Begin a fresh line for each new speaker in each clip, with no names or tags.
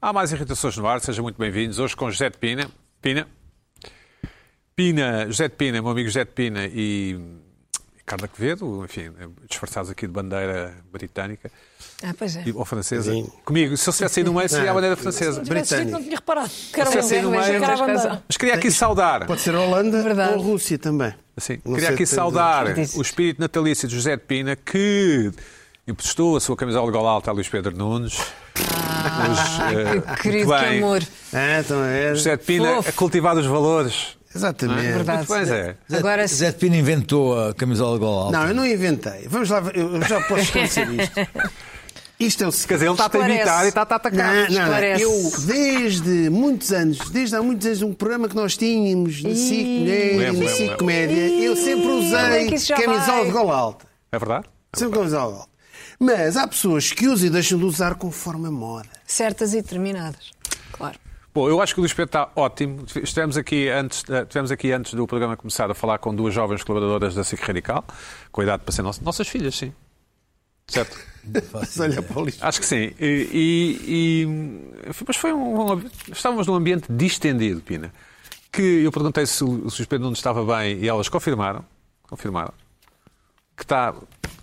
Há mais irritações no ar, sejam muito bem-vindos. Hoje com José de Pina. Pina. Pina, José de Pina, meu amigo José de Pina e Carla Quevedo, enfim, disfarçados aqui de bandeira britânica
Ah, pois é.
e- ou francesa.
Sim. Ah,
Comigo, se eu tivesse saído no meio, seria a bandeira francesa.
Sim.
Tivesse sido,
Britânico.
Não tinha reparado. Que era um
Você
uma
saiu no
vermelha,
meio.
que era a
Tens
bandeira.
razão.
Mas queria aqui saudar.
Pode ser Holanda
Verdade.
ou Rússia também.
Assim,
Não
queria
sei
aqui
se-
saudar
Dizes.
o espírito natalício de José de Pina, que emprestou a sua camisola de gola alta a Luís Pedro Nunes. Mas, eh,
Ah, Que querido,
muito
que
bem.
amor.
Ah, então é.
José ah, de Pina
Fofo.
a cultivar os valores.
Exatamente.
Verdade.
Muito bem, Zé.
Zé,
Agora-
Zé de Pina inventou a camisola de gola alta.
Não, eu não inventei. Vamos lá, eu já posso esclarecer isto. Isto é o
Quer dizer,
seguinte.
ele está a
Esclarece.
imitar e tá, está a
Não,
atacar.
não, não.
Esclarece.
Eu, desde muitos anos, desde há muitos anos, um programa que nós tínhamos na SIC
é,
Mulher e
Lembro,
na
lembro,
SIC
lembro.
Comédia, eu sempre
Como é que isso já
usei camisola
vai?
de gola alta.
É verdade?
Sempre camisola alta. Mas há pessoas que usam e deixam de usar conforme a moda.
Certas e determinadas. Claro.
Bom, eu acho que o Luís Pedro está ótimo. Estivemos aqui, antes, eh, estivemos aqui antes do programa começar a falar com duas jovens colaboradoras da SIC Radical, com idade para ser nossas, nossas filhas, sim. Certo?
Se olhar para o lixo.
Acho que sim. E, e- e- mas foi um, um- Estávamos num ambiente distendido, Pina. Que eu perguntei se o se o Pedro Nunes estava bem e elas confirmaram. Confirmaram. Que está.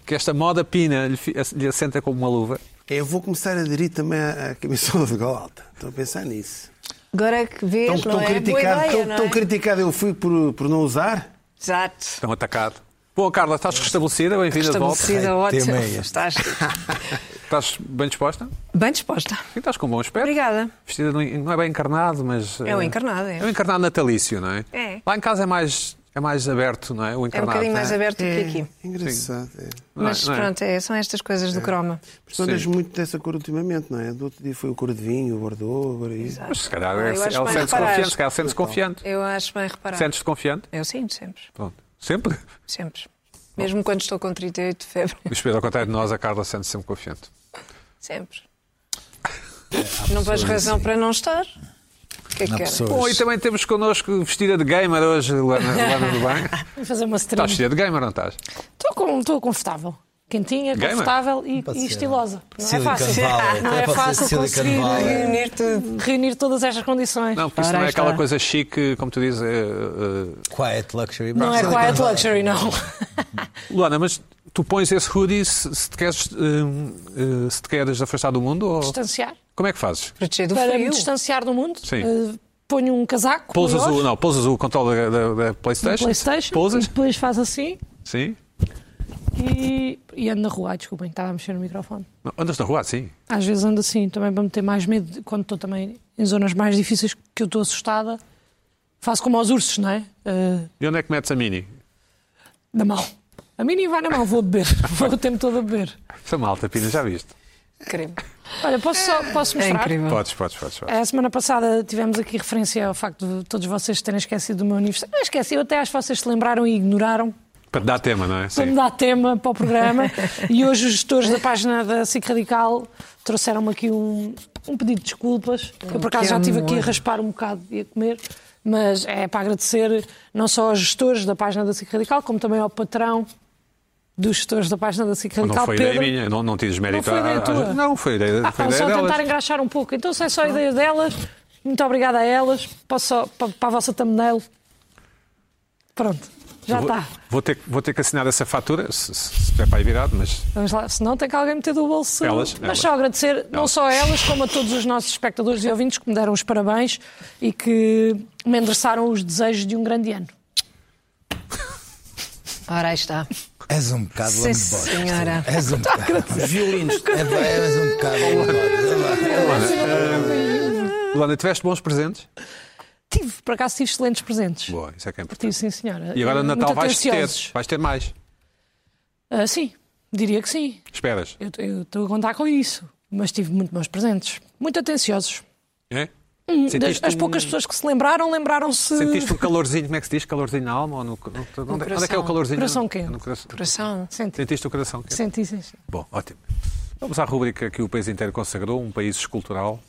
Que esta moda Pina lhe, fi- lhe assenta como uma luva.
Eu vou começar a aderir também à à camisola de gola alta. Estou a pensar nisso.
Agora é que vês,
Tão,
não
tão,
é?
criticado,
Boa ideia,
tão,
não é?
tão criticado eu fui por, por não usar.
Exato.
Estão atacado. Bom, Carla, estás restabelecida? Bem-vinda de volta.
Estabelecida, ótimo.
tema é este.
Estás
Estás bem disposta?
bem disposta.
E estás com um bom aspecto.
Obrigada.
Vestida no- não é bem encarnado, mas.
É um
eh,
encarnado, é.
É um encarnado natalício, não é?
É.
Lá em casa é mais, é mais aberto, não é? O
É um
encarnado.
bocadinho mais
não
aberto do
É
que aqui.
Engraçado. É.
Não é-
Mas
não é?
pronto, é, são estas coisas do croma.
Mas tu andas muito dessa cor ultimamente, não é? Do outro dia foi o cor de vinho, o Bordeaux, agora isso.
Mas se é calhar
Ah, eu
ela
acho Então.
ela
bem
sente-se
reparar.
confiante, se calhar sente-se confiante.
Eu acho bem reparar.
Sentes-te confiante?
Eu sinto sempre,
Pronto. Sempre?
sempre. Mesmo quando estou com 38 de febre,
Luís Pedro, ao contrário de nós, a Carla sente sempre confiante.
sempre.
É,
Não vejo razão
assim.
para não estar. O que é
Não há
que era?
pessoa.
Bom, e também temos connosco vestida de gamer hoje, Luana, Luana do Bem.
Vou fazer uma stream.
Estás vestida de gamer, não estás?
Estou com- estou confortável. Quentinha,
Gamer?
confortável e,
Pode
e
ser.
estilosa. Não é
Silicon
fácil.
Valley.
Não é
Pode ser
fácil
Silicon
conseguir é?
Valley.
reunir, reunir todas estas condições.
Não, porque isso
Ora,
não é
aí
aquela
está.
coisa chique, como tu dizes. eh,
Quiet luxury.
Não é
Silicon
quiet
Valley.
luxury, não.
eh. Luana, mas tu pões esse hoodie se, se te queres, eh, eh, se te queres afastar do mundo? Ou...
Distanciar.
Como é que fazes?
Proteger do
Para me
frio.
distanciar do mundo,
Sim.
eh, ponho um casaco.
Pousas
maior,
o, não, pousas o controle da, da- da
do
PlayStation?
PlayStation. E
Pousas?
depois faz assim
Sim.
e, e ando na rua. Ai, desculpem, estava a mexer no microfone.
Não, andas na rua, sim.
Às vezes ando assim também para me ter mais medo de- quando estou também em zonas mais difíceis que eu estou assustada. Faço como aos ursos, não é? Ah,
E onde é que metes a mini?
na mão. A mim nem vai na mão, vou beber. Vou o tempo todo a beber.
Essa malta, Pina, já viste?
Incrível.
Olha, posso, só, posso
É
mostrar?
incrível.
Podes, podes, podes. podes.
A semana passada tivemos aqui referência ao facto de todos vocês terem esquecido do meu aniversário. Não esqueci, eu até acho que vocês se lembraram e ignoraram
Para te dar tema, não é?
para me
Sim.
dar tema para o programa. e hoje os gestores da página da SIC Radical trouxeram-me aqui um, um pedido de desculpas. eu, por acaso,
que
já estive
amor.
aqui a raspar um bocado e a comer. Mas é para agradecer não só aos gestores da página da SIC Radical, como também ao patrão dos gestores da página da SIC Radical,
Não foi ideia
Pedro.
minha, não, não tires mérito
Não foi
à-
ideia
à-
tua.
Não, foi ideia,
Ah,
foi
vão
ideia
só
delas.
tentar engraxar um pouco. Então, se é só ideia delas, muito obrigada a elas. Posso só para, para a vossa thumbnail. Pronto, já
vou,
está.
vou ter, que- vou ter que assinar essa fatura, se, se se der para aí virado, mas
Vamos lá, senão tem que alguém meter do bolso.
Elas,
Mas
elas.
só agradecer não só a elas, como a todos os nossos espectadores e ouvintes que me deram os parabéns e que me endereçaram os desejos de um grande ano.
Ora, aí está.
És um bocado
Sim,
lambota.
senhora.
És um bocado.
Violinos.
É, pá, És um bocado lambota.
Luana, tiveste bons presentes?
Tive, por acaso, tive excelentes presentes.
Boa, isso é que é importante.
Tive, sim, senhora.
E agora
Eh,
no Natal
muito
vais ter,
atenciosos.
vais ter mais.
Ah, sim, diria que sim.
Esperas,
Eu eu estou a contar com isso, mas tive muito bons presentes, muito atenciosos.
é?
Hum, Das,
Sentiste,
as
um-
poucas pessoas que se lembraram, lembraram-se.
sentiste um calorzinho, como é que se diz? Calorzinho na alma? Ou no, no- onde, onde é que é
coração.
o calorzinho?
Um Coração quente.
No coração.
Coração.
Senti,
Sentiste o coração? quente?
senti, senti.
Bom, ótimo. Vamos à rubrica que o país inteiro consagrou, um país escultural.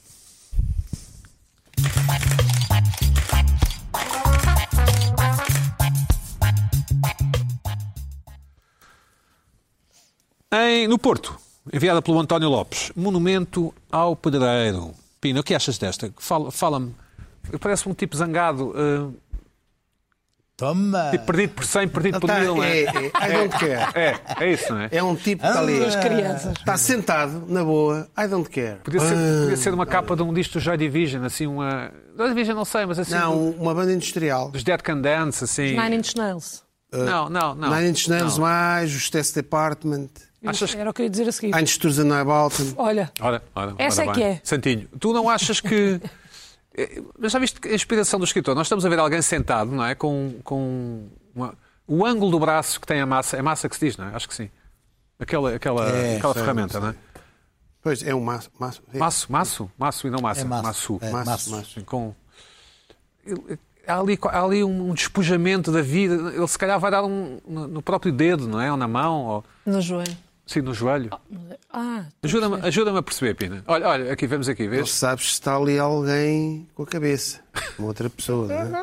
Em- no Porto, enviada pelo António Lopes, monumento ao pedreiro. Pina, o que achas desta? Fala- Fala-me. Parece um tipo zangado, eh,
Toma!
tipo perdido por 100, perdido por
Tá,
mil, não
é,
é?
é, I don't care.
É, é isso, não é?
É um tipo que está ali.
As crianças.
Está sentado, na boa, I don't care.
Ah. Podia ser,
Ah.
podia ser uma capa de um disco do Joy Division, assim, uma. Joy Division não sei, mas assim.
Não, um
do-
uma banda industrial.
Dos Dead Can Dance, assim.
Nine Inch Nails.
Não, não, não.
Ah, Nine Inch Nails
não.
mais, os Test Department,
Achas...
Era o que eu ia dizer a seguir.
Einstürzen Neubauten.
Olha,
Ora, ora,
Essa
ora
é
bem.
que é.
Santinho, tu não achas que. Eh, Mas já viste que a inspiração do escritor? Nós estamos a ver alguém sentado, não é? Com, com uma- o ângulo do braço que tem a massa. É massa que se diz, não é? Acho que sim. Aquela, aquela,
É,
aquela
sei,
ferramenta, não é?
Pois, é um maço. Maço, é.
Maço, maço, maço e não massa.
É maço, é.
maço,
maço.
maço.
com é, há ali, há ali um despojamento da vida. Ele se calhar vai dar um no no próprio dedo, não é? Ou na mão, ou
no joelho.
sim, no joelho.
Ah,
Ajuda-me ajuda a perceber, Pina. Olha, olha, aqui vemos aqui,
Não
vês?
sabes se está ali alguém com a cabeça. Uma outra pessoa, não é?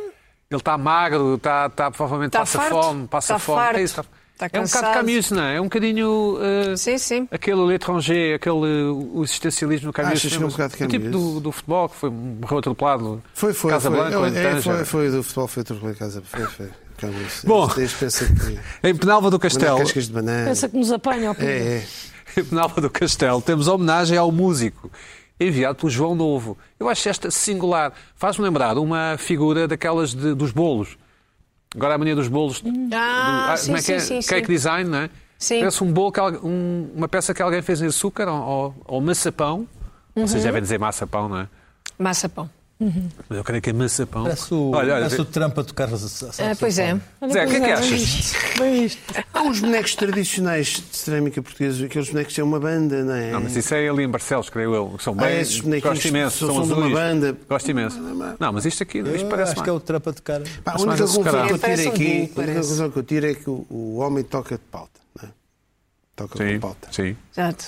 Ele está magro, está, está provavelmente
Está
passa
Tá farto,
fome, passa
está
fome.
farto,
É, isso, está-
está
é um bocado
cansado.
Camus, não é? É um bocadinho eh,
Sim, sim.
aquele l'étranger, aquele o existencialismo Camus.
Achas que é um bocado
O tipo
Camus?
do, do futebol que foi morreu atropelado.
Foi, foi.
Casa
foi.
Blanca,
Eu-
ou então, em
é,
Tanja.
foi, foi do futebol, foi outro em casa. Foi, foi. é um Calma, isso-
Bom.
isso Tens pensa que.
Em Penalva do
Mandar
Castelo.
cascas de banana.
pensa que nos apanha ao
É, é.
Em Penalva do Castelo, temos a homenagem ao músico, enviado pelo João Novo. Eu acho esta singular. Faz-me lembrar uma figura daquelas de- dos bolos. Agora a mania dos bolos.
Ah,
Ah,
sim,
como é que
sim,
é?
sim, sim.
Cake design, não é?
Sim.
Parece um bolo, que al- um- uma peça que alguém fez em açúcar ou, ou, ou maçapão. Vocês
Uhum.
devem dizer maçapão, não é?
Massa pão.
Mas eu creio que é maçapão.
Parece o,
Olha, olha,
parece o
vê-
Trump a tocar.
Ah,
assim,
pois é.
Zé, o que é que achas?
Bem visto.
Há uns bonecos tradicionais de cerâmica portuguesa, aqueles bonecos que são uma banda, não é?
Não, mas isso é ali em Barcelos, creio eu. que São
Ah,
bem.
esses bonequinhos
gosto imenso.
são-
São,
são de uma
azuis.
banda.
Gosto imenso. Não, mas isto aqui, isto
Parece
parece
acho
mais.
que é o Trump a
Pá,
tocar.
a
Parece
única
mais
conclusão que eu
açucarado.
tiro é
Parece um
aqui,
bolo,
a única
parece.
conclusão que eu tiro é que o, o homem toca de pauta. Não é? Toca
Sim,
com pauta.
sim.
Exato.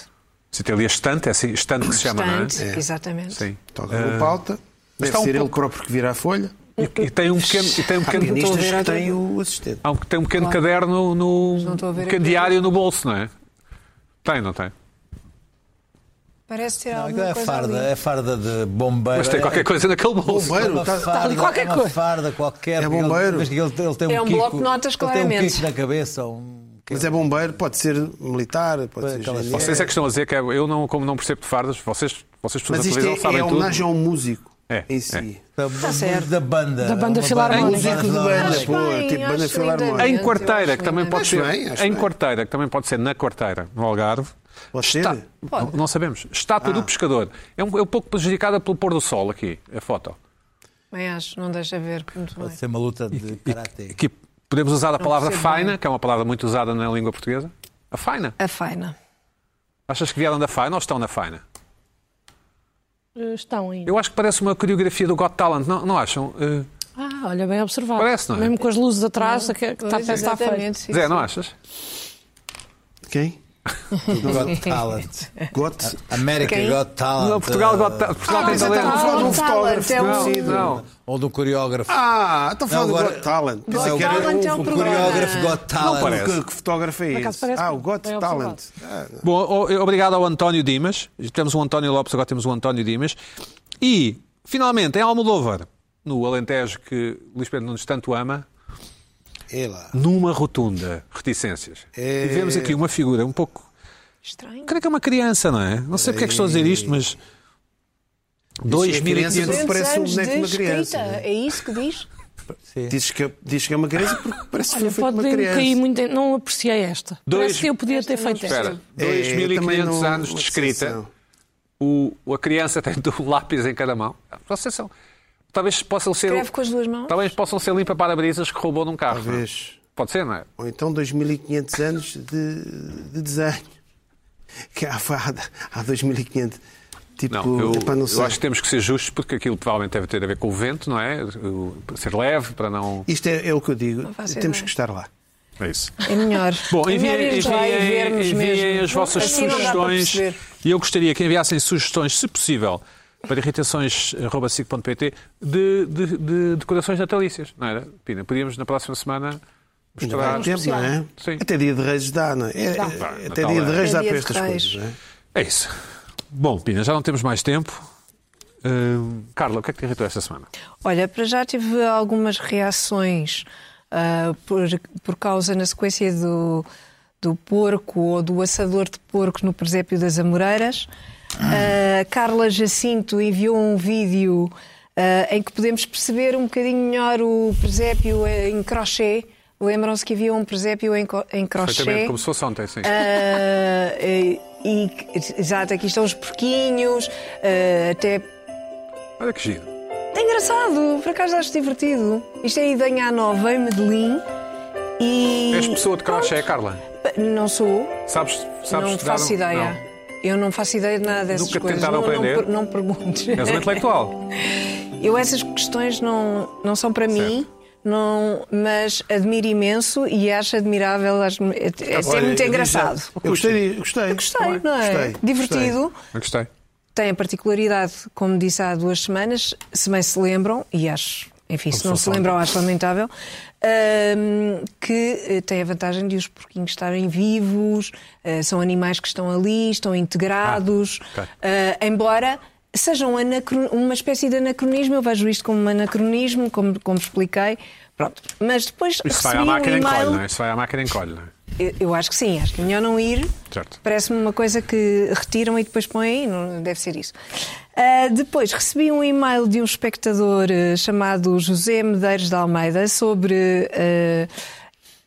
Você tem ali a estante, é assim, estante que se chama, não é?
Estante, exatamente.
Sim.
Toca com pauta.
Ah,
Deve
está um
ser ele
pouco-
próprio que vira a folha.
E, e tem um pequeno, e tem um
Há
pequeno,
pianistas
ver
que
outra-
têm o assistente.
há um- tem um pequeno caderno no
não estou a ver
um pequeno
aqui.
diário no bolso, não é? Tem, não tem?
Parece ter alguma
É
coisa
farda,
ali.
é farda de bombeiro.
Mas tem
É-
qualquer coisa naquele
Ah,
bolso.
Bombeiro,
Uma
tá-
farda, é
ali qualquer
uma
coisa.
farda qualquer.
É bombeiro.
Mas que Ele, ele tem um
É um
quico-
bloco de notas,
ele Tem um
claramente.
quico na cabeça. ou Um...
Mas é bombeiro, pode ser militar, pode ser
Aquelas
engenheiro.
Vocês é que estão a dizer que é- eu não, como não percebo de fardas, vocês, vocês pessoas
Mas
da
isto
televisão
é,
sabem
é
tudo.
homenagem ao músico
É,
em si.
Da,
Tá certo.
da banda.
Da banda
Uma
filarmónica.
Músico de
é
banda,
Acho
pô,
bem,
tipo banda
acho né?
filarmónica.
Em
lindamente, eu
quarteira,
acho
que também
lindamente.
pode ser.
bem, acho
Em
bem.
quarteira, que também pode ser na quarteira, no Algarve.
Pode ser? Ah.
Está- não, não sabemos. Estátua do pescador. É um, é um pouco prejudicada pelo pôr do sol aqui, a foto.
Bem, acho, não deixa ver muito bem.
Pode ser uma luta de karate.
Aqui podemos usar a palavra
percebo bem.
faina, que é uma palavra muito usada na língua portuguesa. A faina.
A faina.
Achas que vieram da faina ou estão na faina?
Eh, Estão aí.
Eu acho que parece uma coreografia do Got Talent, não, não acham? Eh,
Ah, olha, bem observado.
Parece, não é?
Mesmo com as luzes atrás, é que que está,
Pois,
parece que está feito.
exatamente, sim,
Zé,
sim.
não achas?
Quem?
Got Talent.
É. Gote.
América
Quem?
Got Talent.
Não, Portugal,
eh,
Got Talent. Portugal
Ah,
tem
mas então
talento.
não
falar de um
Got Talent,
fotógrafo
é um-
conhecido.
Não.
Ou de um coreógrafo.
Ah, estou a falar do
agora-
Got Talent.
Não,
Pensei
o
que era
Talent é um
o
programa.
coreógrafo Got Talent.
parece.
Que, que fotógrafo é
Por acaso
esse?
parece
Ah,
que
o Got
bem
Talent.
Bom, o- obrigado ao António Dimas. Temos o António Lopes, agora temos o António Dimas. E, finalmente, em Almodóvar, no Alentejo que Luís Pedro Nunes tanto ama,
É lá.
numa rotunda, reticências.
É
E vemos aqui uma figura um pouco...
Estranho.
Creio que é uma criança, não é? Não sei porque é que estou a dizer isto, mas...
criança
2.500...
Isso parece um boneco de uma criança,
escrita, É isso que diz?
Dizes que, dizes que é uma criança porque parece que foi
Olha,
feito uma
pode ter caído
criança.
muito. em- Não apreciei esta.
Dois-
Parece que eu podia ter feito esta.
Espera,
É, também
2.500
não- é
anos de
uma
escrita,
sensação.
o, a criança tem um lápis em cada mão. Processão. Talvez possam ser...
Escreve com as duas mãos?
Talvez possam ser limpa-parabrisas que roubou num carro. não é?
Talvez.
Pode ser, não é?
Ou então 2500 anos de, de desenho. Que há, há, há 2500. Tipo,
Não, eu,
epá, não
eu
sei.
acho que temos que ser justos porque aquilo provavelmente deve ter a ver com o vento, não é? O- Ser leve para não.
Isto é, é o que eu digo.
faço
Temos
ideia.
que estar lá.
É isso.
É melhor.
Bom,
é melhor
enviem,
irmos lá e
enviem,
vermos
enviem
mesmo.
as vossas
Assim não dá para
sugestões.
perceber.
E eu gostaria que enviassem sugestões, se possível, para irritações.pt de, de, de decorações natalícias, não era? Pina, podíamos na próxima semana
Ainda vai
mostrar.
tempo, não é?
Sim.
Até dia de reis dá, não é? É-
Dá.
é-
Dá,
até
Natal
dia
é.
de reis
É
dá
dia de
para estas
reis.
coisas, não é?
É isso. Bom, Pina, já não temos mais tempo. Hum, Carla, o que é que te irritou esta semana?
Olha, para já tive algumas reações ah, por, por causa, na sequência do, do porco ou do assador de porco no presépio das Amoreiras. Ah, Carla Jacinto enviou um vídeo ah, em que podemos perceber um bocadinho melhor o presépio eh, em crochê. Lembram-se que havia um presépio em, co- em
Perfeitamente,
crochê.
como se fosse ontem, sim.
Ah, e, e- exato, aqui estão os porquinhos, ah, até
Olha que giro.
é engraçado, por acaso acho divertido. Isto é a Idanha Nova em Medellín e.
És pessoa de crochê, Carla.
Não sou,
Sabes, sabes
não
dar um-
faço ideia.
Não.
Eu não faço ideia de nada dessas
Nunca te
coisas.
tentaram
não, não,
aprender?
per- não perguntes.
És um intelectual.
Eu essas questões não, não são para mim. Não, mas admiro imenso e acho admirável, acho, é, é até
Olha,
muito
eu
engraçado.
Eu gostei, gostei.
Gostei, não é?
Gostei,
Divertido.
Eu gostei.
tem a particularidade, como disse há duas semanas, se bem se lembram, e acho, enfim, se não se lembram, acho lamentável, hum, que eh, tem a vantagem de os porquinhos estarem vivos, eh, são animais que estão ali, estão integrados,
Ah, ok.
eh, embora. Sejam anacron- uma espécie de anacronismo, eu vejo isto como um anacronismo, como, como expliquei. Pronto. Mas depois
Isso vai
recebi
à
um
máquina e encolhe,
e-mail.
não é? Isso vai à máquina e encolhe, não é?
Eu, eu acho que sim, acho que é melhor não ir.
Certo.
Parece-me uma coisa que retiram e depois põem aí, não deve ser isso. Ah, depois recebi um e-mail de um espectador eh, chamado José Medeiros de Almeida sobre eh,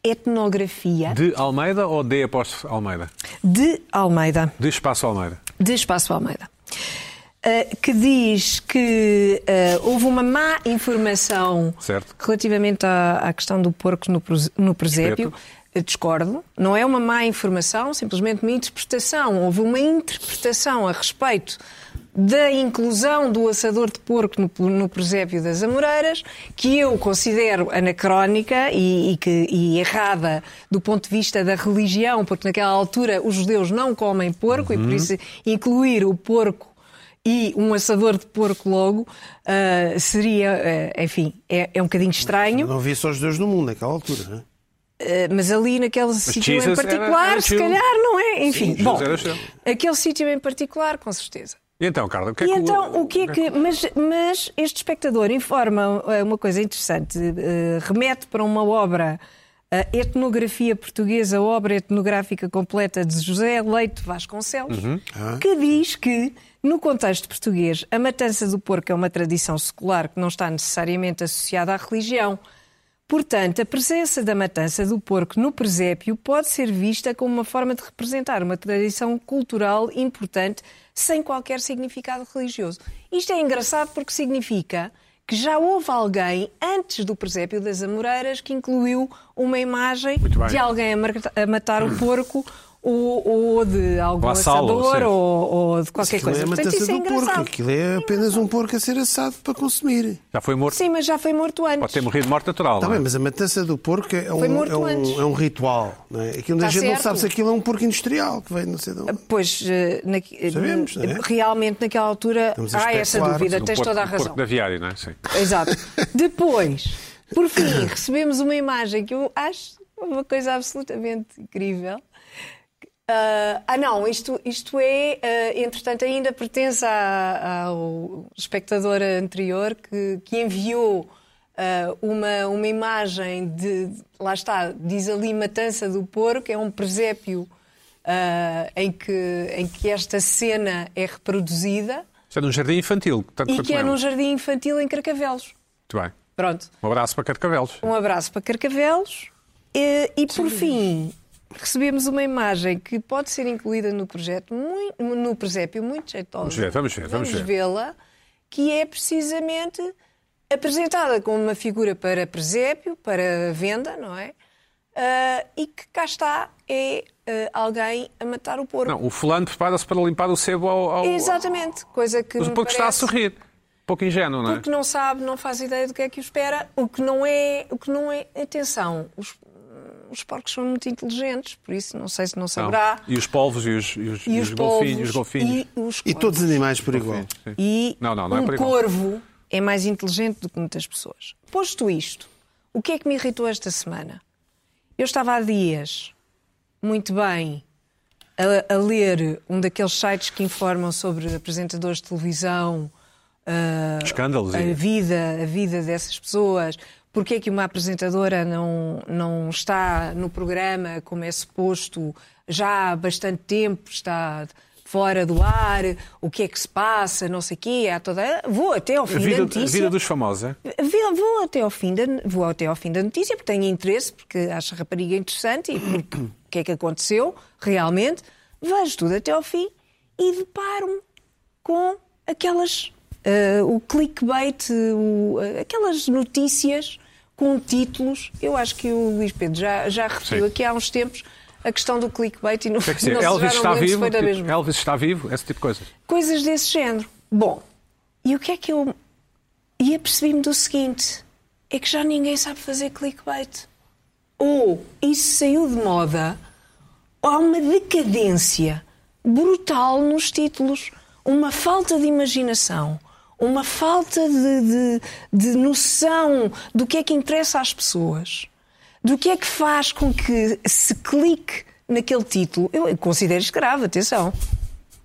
etnografia
De Almeida ou de apóstolo Almeida?
de Almeida
De espaço Almeida.
de Espaço Almeida, eh, que diz que eh, houve uma má informação
Certo.
relativamente à, à questão do porco no, pres- no presépio. Eu discordo. Não é uma má informação, simplesmente uma interpretação. Houve uma interpretação a respeito da inclusão do assador de porco no, no presépio das Amoreiras, que eu considero anacrónica e, e que, e errada do ponto de vista da religião, porque naquela altura os judeus não comem porco e por isso incluir o porco e um assador de porco logo ah, seria, ah, enfim, é, é um bocadinho estranho,
Não havia só os dois no mundo naquela altura, não é?
ah, mas ali naquele sítio em
Jesus era-
particular,
era
se
chill.
calhar, não é? Enfim,
Jesus
bom,
era chill.
aquele sítio em particular, com certeza.
E então, Carla, o que é
E
que
então, o que é que. Mas, mas este espectador informa eh, uma coisa interessante, eh, remete para uma obra, a Etnografia Portuguesa, obra etnográfica completa de José Leite Vasconcelos,
Uhum. Ah.
que diz que, no contexto português, a matança do porco é uma tradição secular que não está necessariamente associada à religião. Portanto, a presença da matança do porco no presépio pode ser vista como uma forma de representar uma tradição cultural importante sem qualquer significado religioso. Isto é engraçado porque significa que já houve alguém antes do presépio das Amoreiras que incluiu uma imagem
bem.
de alguém a, mar- a matar o porco ou, ou de algum
Um assalo,
assador
sim.
ou, ou de qualquer
Aquilo
coisa.
é a
Portanto,
matança
isso é
do porco.
engraçado.
Aquilo é apenas um porco a ser assado para consumir.
Já foi morto?
Sim, mas já foi morto antes.
Pode ter morrido de morte natural.
Está
não é?
Tá bem, mas a matança do porco é
Foi
um,
morto
é um,
antes.
é um ritual. Não é? Aquilo onde a
Está
gente não
certo.
sabe se aquilo é um porco industrial que vem, não sei de onde.
Pois, eh, naqui- eh,
Sabemos, não é?
realmente naquela altura
Estamos a
há essa
especular.
dúvida,
Do
tens
porco-
toda a
do
razão.
Porco da viária, não é? Sim.
Exato. Depois, por fim, recebemos uma imagem que eu acho uma coisa absolutamente incrível. Ah, ah, não, isto, isto é, ah, entretanto, ainda pertence à- ao espectador anterior que, que enviou ah, uma, uma imagem de, lá está, diz ali Matança do Porco, é um presépio ah, em, que, em que esta cena é reproduzida
Isto é num jardim infantil. Tanto
e
quanto
que é
lembro.
num jardim infantil em Carcavelos.
Muito bem.
Pronto.
Um abraço para Carcavelos.
Um abraço para Carcavelos. Eh, E, por fim, recebemos uma imagem que pode ser incluída no projeto, mui- no presépio, muito jeitosa.
Vamos ver, vamos ver, vamos ver.
vê-la, que é precisamente apresentada como uma figura para presépio, para venda, não é? Ah, e que cá está é ah, alguém a matar o porco. É
Não, o fulano prepara-se para limpar o sebo ao. ao...
Exatamente, coisa que
Mas
me
o porco está a
parece-
sorrir. Um pouco ingênuo, não é?
porque não sabe, não faz ideia do que é que o espera, o que não é, o que não é, atenção, os, os porcos são muito inteligentes, por isso não sei se não
Não.
saberá.
Então, E os polvos e os, e os,
E,
e
os
os
polvos,
golfinhos. os golfinhos.
E, os
E todos os animais por igual.
Sim.
e
Não, não, não é
um
por igual.
corvo é mais inteligente do que muitas pessoas. Posto isto, o que é que me irritou esta semana? Eu estava há dias, muito bem, a, a ler um daqueles sites que informam sobre apresentadores de televisão ah,
Escândalos,
a
e-
vida, a vida dessas pessoas. Porque é que uma apresentadora não, não está no programa como é suposto já há bastante tempo, está fora do ar, o que é que se passa, não sei o quê, há toda... vou até ao
A
fim da
vida, a
notícia.
vida dos famosos, é?
Vê- Vou até, ao fim da, vou até ao fim da notícia, porque tenho interesse, porque acho a rapariga interessante e porque o que é que aconteceu realmente. Vejo tudo até ao fim e deparo-me com aquelas. eh, o clickbait, o- eh, aquelas notícias com títulos. Eu acho que o Luís Pedro já, já referiu
Sim.
aqui há uns tempos a questão do clickbait e não,
O que é que se
não
diz?
se- já não
Elvis
me
está
lembro se
vivo? Tipo,
foi da mesma
Elvis está vivo? Esse tipo de coisas.
coisas desse género. Bom, e o que é que eu. E apercebi-me do seguinte: é que já ninguém sabe fazer clickbait. Ou isso saiu de moda, ou há uma decadência brutal nos títulos, uma falta de imaginação, uma falta de, de- de noção do que é que interessa às pessoas, do que é que faz com que se clique naquele título. Eu considero isto grave, atenção.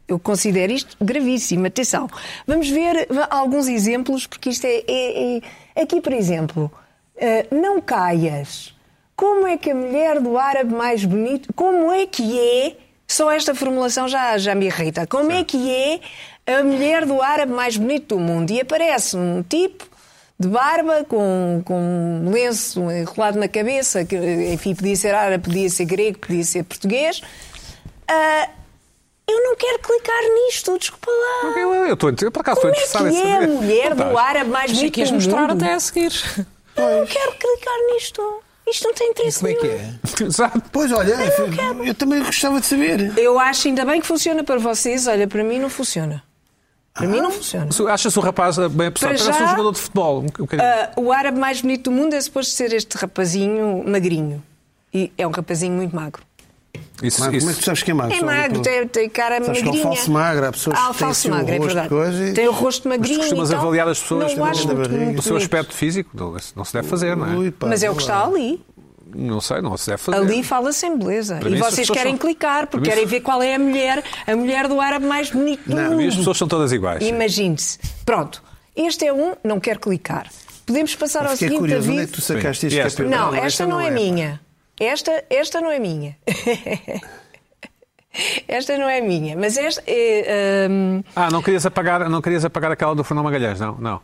Eu considero isto gravíssimo, atenção. Vamos ver va- alguns exemplos, porque isto é. é- é- Aqui, por exemplo, eh, não caias. Como é que a mulher do árabe mais bonito. Como é que é. Só esta formulação já, já me irrita. Como é que é a mulher do árabe mais bonito do mundo? E aparece um tipo de barba, com, com um lenço enrolado na cabeça, que, enfim, podia ser árabe, podia ser grego, podia ser português. Ah, eu não quero clicar nisto, desculpa lá.
Eu, eu, eu, estou ent- eu,
Ah,
por acaso,
Como é
estou interessado
que
em
é a
saber.
mulher
Não
do
estás.
árabe mais
Achei
bonita
que ias
do
mostrar
mundo?
até a seguir.
Eu não quero clicar nisto. Isto não tem interesse
Como é que
nenhum.
é?
Exato.
Pois, olha,
é
eu também gostava de saber.
Eu acho ainda bem que funciona para vocês. Olha, para mim não funciona. Para mim
Ah.
não funciona.
Se- Achas o rapaz bem apesar?
Para
Parece
já-
um jogador de futebol. Um bocadinho.
Ah, o árabe mais bonito do mundo é suposto ser este rapazinho magrinho. E é um rapazinho muito magro.
isso,
Magro,
isso.
mas tu sabes que é magro?
É
só
magro,
por-
tem, tem cara
Sabes que é um
magrinha.
falso magro, há pessoas
Ah,
que
o
têm
falso
assim o
magro, é
rosto de
verdade.
coisa e-
Tem o rosto
Mas tu
magrinho.
costumas
e tal.
avaliar as pessoas
não
pelo-
acho muito,
pelo
muito
o seu
bonito.
aspecto físico. Não, isso não se deve fazer, não
Ui,
é?
pá,
Mas é o
vá
que
lá.
está ali.
Não sei, não se deve fazer.
Ali fala-se em beleza.
É. Para
e
mim, essas
vocês
pessoas
querem
são-
clicar,
para mim,
porque querem
essas-
ver qual é a mulher, a mulher do árabe mais bonito do
Para mim, As
mundo.
pessoas são todas iguais.
Imagine-se. Pronto, este é um, não quero clicar. Podemos passar ao
Fiquei
seguinte,
curioso,
David.
onde é que tu sacaste este
Sim. Esta.
campeonato?
Não, esta, não, é,
pá.
minha. Esta, esta não é minha. esta não é minha. Mas esta. É, hum,
Ah, não querias, apagar, não querias apagar aquela do Fernão Magalhães, não? Não.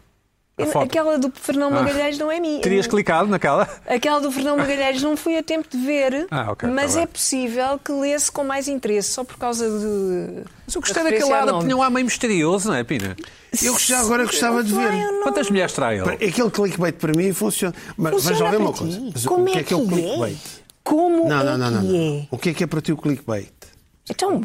A foto.
aquela do Fernão Magalhães não é minha.
Terias clicado naquela?
Aquela do Fernão Magalhães não fui a tempo de ver,
Ah, ok,
mas
tá bem.
é possível que lesse com mais interesse, só por causa de.
Mas eu gostei
da
daquele
referência ao
lado,
nome.
tinha um ar meio misterioso, não é, Pina?
Eu já agora gostava de
Vai, eu
ver.
não-
Quantas mulheres trai ele?
Aquele clickbait para mim funciona. Mas
Funciona
vamos lá ver
para
uma
ti?
coisa. Mas
Como
o que é que é o clickbait?
Como
Não,
é
não, não, não,
que
não.
é?
O que é que é para ti o clickbait?
Então,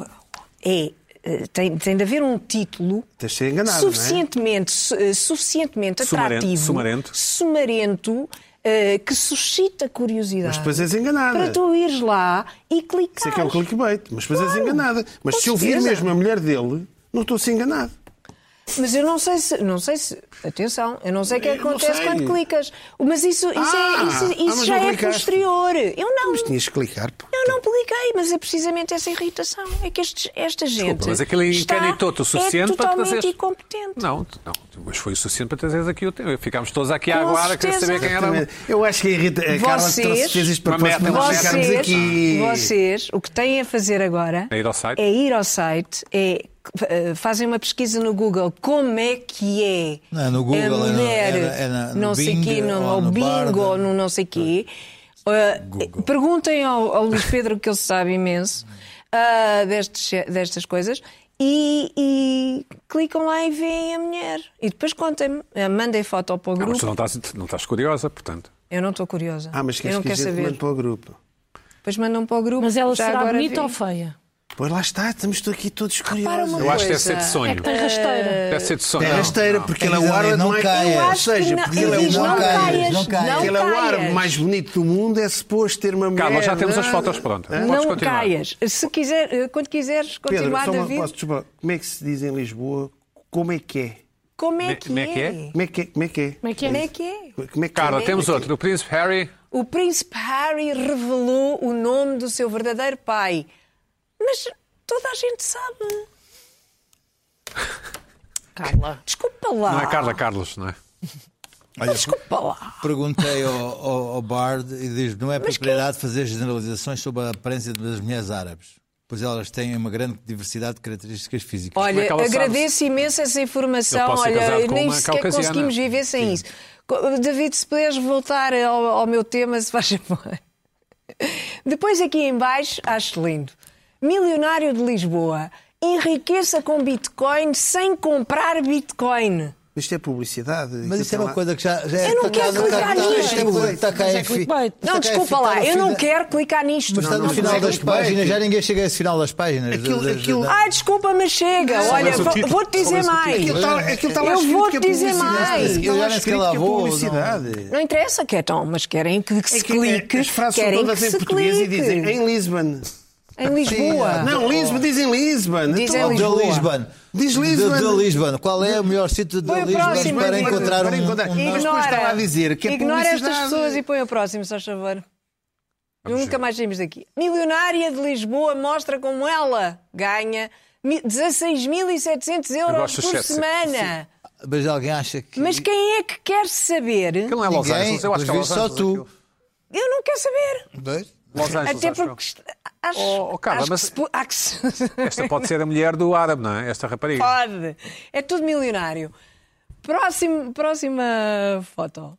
é, eh, tem, tem de haver um título
Tens de ser enganado, não é?
suficientemente, su- eh, suficientemente
Sumarento,
atrativo,
sumarento.
sumarento, eh, que suscita curiosidade.
Mas depois és enganada.
Para tu ires lá e clicar.
Isso é que é o clickbait. Mas depois és
Claro.
enganada. Mas
Com
se eu vir
certeza.
mesmo a mulher dele, não estou a ser enganado.
Mas eu não sei se, não sei se, atenção, eu não sei o que
Eu não
acontece
sei.
quando clicas. Mas isso, isso,
Ah,
é, isso,
ah,
isso
mas
já
não
é
clicaste.
posterior. Eu não,
Mas tinhas que clicar. pô.
eu não cliquei, mas é precisamente essa irritação. É que estes- esta gente.
mas aquele
está-
encanitou-te o suficiente
é
para te
totalmente
fazer-
incompetente.
Não, tu- não, mas foi o suficiente para trazeres aqui o tema. Ficámos todos aqui à
Com
guarda, queria
certeza.
saber quem era. o-
Eu acho que a, Rita,
É,
a Carla
Vocês-
trouxe, fez isto para
Uma
propósito para
meta, uma
nós
meta.
ficarmos
Vocês,
aqui.
vocês, o que têm a fazer agora
É ir ao site.
é ir ao site, é, eh, fazem uma pesquisa no Google como é que é
Não, no Google, é
a
no-
mulher,
é na- é na- no
não sei
Bing
quê, no,
ou no
Bingo
Bard.
ou no não sei quê. Eh, perguntem ao, ao Luís Pedro que ele sabe imenso ah, destes- destas coisas. E, e clicam lá e veem a mulher. E depois contem-me, eh, mandem foto para o
Não, mas tu
grupo.
não estás, não estás curiosa, portanto.
Eu não estou curiosa.
Ah, mas
eu
queres
não
que a
quero
gente
saber.
mande para o grupo?
Depois mandam para o grupo.
Mas ela
já
será
agora
bonita
vi.
ou feia?
Pois lá está, estamos todos aqui todos curiosos.
uma
Eu acho que deve
Pois
ser de
é.
É
sonho.
que tem
Eh,
rasteira.
Deve ser de sonho.
É rasteira, porque ele é
Diz
o
ali,
árabe
não
mais...
caias. Eu
Ou
acho que
seja,
não-
porque ele é
diz,
o
não
árabe...
caias, não caias.
Porque ele é o
caias.
árabe mais bonito do mundo, é suposto ter uma mulher...
Carla, já temos as
não-
fotos prontas.
Hã?
Podes
Não
continuar.
caias. Se quiser, eh, quando quiseres
Pedro,
continuar,
só uma,
David,
posso, desculpa, como é que se diz em Lisboa? Como é que é?
como é que
Como é que é?
é?
Como é que é? Como é que é?
Como é que
Como é
é?
que é?
Como é que
Carla,
é?
temos outro. Do Príncipe Harry.
O príncipe Harry revelou o nome do seu verdadeiro pai. Mas toda a gente sabe.
Carla.
Desculpa lá.
Não é Carla Carlos, não é?
Olha,
Desculpa lá.
perguntei ao, ao, ao Bard e diz: não é propriedade fazer generalizações sobre a aparência das mulheres árabes, pois elas têm uma grande diversidade de características físicas.
Como é
Olha,
que ela sabe
agradeço imenso essa
Ele
informação.
pode ser casado
Olha,
com
nem
uma
sequer
caucasiana.
conseguimos viver sem isso. Co- David, se puderes voltar ao, ao meu tema, se faz favor. Depois aqui em baixo, acho lindo. Milionário de Lisboa, enriqueça com Bitcoin sem comprar Bitcoin.
Isto é publicidade.
Mas
Aquilo
isso é
tem
uma
lá-
coisa que já. já é-
Eu não
tá-
quero
tá-
clicar
tá-
nisto.
isto é uma coisa que Está cá
Mas é
em fi-
clickbait.
está
Não,
Mas
cá em
desculpa
fi-
lá,
está no
eu
fim
não
da-
quero clicar nisto.
Mas está no
não,
final
mas é
das
clickbait.
páginas, já ninguém chega a esse final das páginas.
Aquilo-
das-
aquilo-
das-
Ai, desculpa, mas chega. Olha,
o
vou-
título,
vou-te dizer
soubesse o
mais.
Aquilo está aquilo está lá
Eu
escrito
vou
que é
dizer
publicidade.
mais.
Aquilo
Eu já
está
nem
escrito
sei lá
que é
vou, não.
publicidade.
Não interessa, Ketão, mas querem que se
É que, é,
clique.
as frases são
querem
todas
que
em
se
português
clique.
e dizem "É em Lisbon.
Em Lisboa.
é. Não, Lisbon, dizem Lisbon.
Dizem
Então,
De
Lisboa.
Lisbon.
Diz
De-
Lisbon.
De, Lisbon. Qual é o melhor sítio de
Põe o
Lisbon
próximo,
para
põe o
próximo.
encontrar um,
Para encontrar.
um
Mas
Ignora.
depois está lá a dizer que é
Ignora estas
publicidade.
pessoas e põe o próximo, se faz favor.
Vamos
Nunca
ver.
mais saímos daqui. Milionária de Lisboa mostra como ela ganha mi- 16.700 euros
gosto dos
por
sete,
semana.
Mas alguém acha que.
Mas quem é que quer saber?
Aquilo não é Los
Ninguém,
Angeles, eu acho que é
dos
Los
só
Angeles.
tu.
Eu não quero saber.
Dois?
Los Angeles,
Até
acho
porque est- acho,
Oh, oh, Carla,
acho que
mas-
se po- há que se-
eu. Esta pode ser a mulher do árabe, não é? Esta rapariga.
Pode. É tudo milionário. Próximo- próxima foto.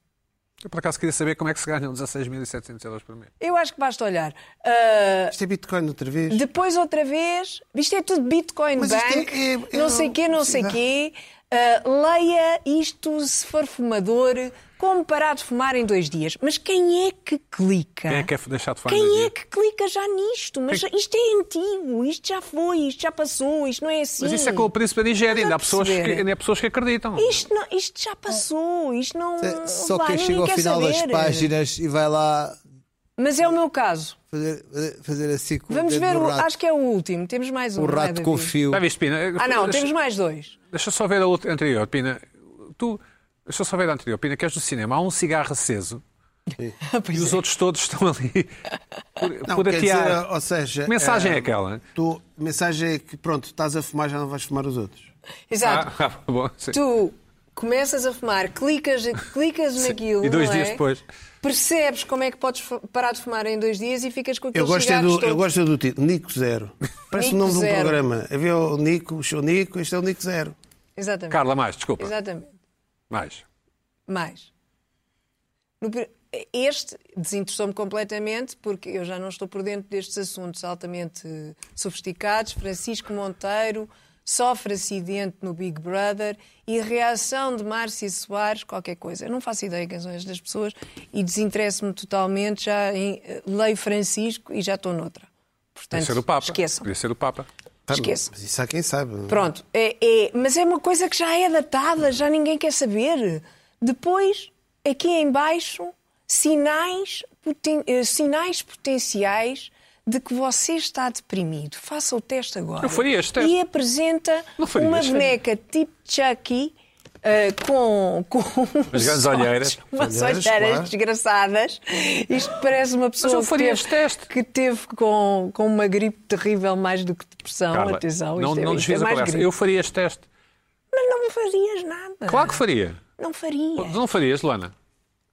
Eu, por acaso, queria saber como é que se ganham 16.700 euros por mês.
Eu acho que basta olhar. Ah,
Isto é Bitcoin outra vez.
Depois, outra vez, isto é tudo Bitcoin
Mas isto
Bank,
é- é- é
não sei quê, não sei
uma-
quê. Ah, leia isto se for fumador, como parar de fumar em dois dias. Mas quem é que clica?
Quem é que quer deixar de fumar
Quem
dois
é
dias?
que clica já nisto? Mas isto é antigo, isto já foi, isto já passou, isto não é assim.
Mas isso é com o príncipe da Nigéria. Ainda há,
Estás a
pessoas que,
perceber?
ainda há pessoas que acreditam.
Isto, não- isto já passou, isto não.
Só
Vá,
quem
Ah, ninguém
chega ao
quer
final das
saber.
páginas e vai lá
Mas é o meu caso.
fazer, fazer assim com
Vamos
o dedo
ver,
no
o,
rato,
acho que é o último. Temos mais um.
o
não é,
rato
David?
com o fio.
Já viste, Pina?
Ah, não,
Deixa-
temos mais dois.
Deixa eu só ver a outra anterior, Pina. Tu. Deixa eu só ver a anterior, Pina, que és do cinema. Há um cigarro aceso e os outros todos estão ali por,
Não,
por
quer dizer,
atear.
ou seja,
Que mensagem
eh,
é aquela?
Tu, a mensagem é que, pronto, estás a fumar, já não vais fumar os outros.
Exato.
Ah, ah, bom, sim.
Tu começas a fumar, clicas, clicas naquilo.
E dois
não é?
dias depois.
Percebes como é que podes fu- parar de fumar em dois dias e ficas com
Eu
aqueles
gosto, é
cigarros
do, eu
todos.
gosto é do título, Nico Zero. Parece o nome de um
Nico Zero.
programa. Havia o Nico, o show Nico, este é o Nico Zero.
Exatamente.
Carla, mais, desculpa.
Exatamente.
Mais.
Mais. No pri- Este desinteressou-me completamente porque eu já não estou por dentro destes assuntos altamente eh, sofisticados. Francisco Monteiro sofre acidente no Big Brother e reação de Márcia Soares, qualquer coisa. Eu não faço ideia quem são estas pessoas e desinteresso-me totalmente. Já em- eh, leio Francisco e já estou noutra. Portanto,
Podia ser o Papa. Tá
esqueçam.
Podia ser o Papa.
Esqueçam.
Mas isso há quem sabe. não é?
Pronto, é- é- mas é uma coisa que já é datada, já ninguém quer saber. Depois, aqui em baixo, sinais, poten- eh, sinais potenciais de que você está deprimido. Faça o teste agora.
Eu faria este teste.
E apresenta
Não faria
uma
este.
boneca tipo Chucky eh, com, com
As grandes
uns olhos-
olheiras.
Umas
Olheiras,
olheiras
claro.
desgraçadas. Isto parece uma pessoa
eu faria
que
este
teve,
teste.
Que teve com, com uma gripe terrível mais do que depressão.
Carla,
Atenção,
não,
isto é,
não
isto é
desvies a
mais
conversa.
gripe.
Eu faria este teste.
Mas não farias nada.
Claro que faria.
Não faria.
Não farias, Luana?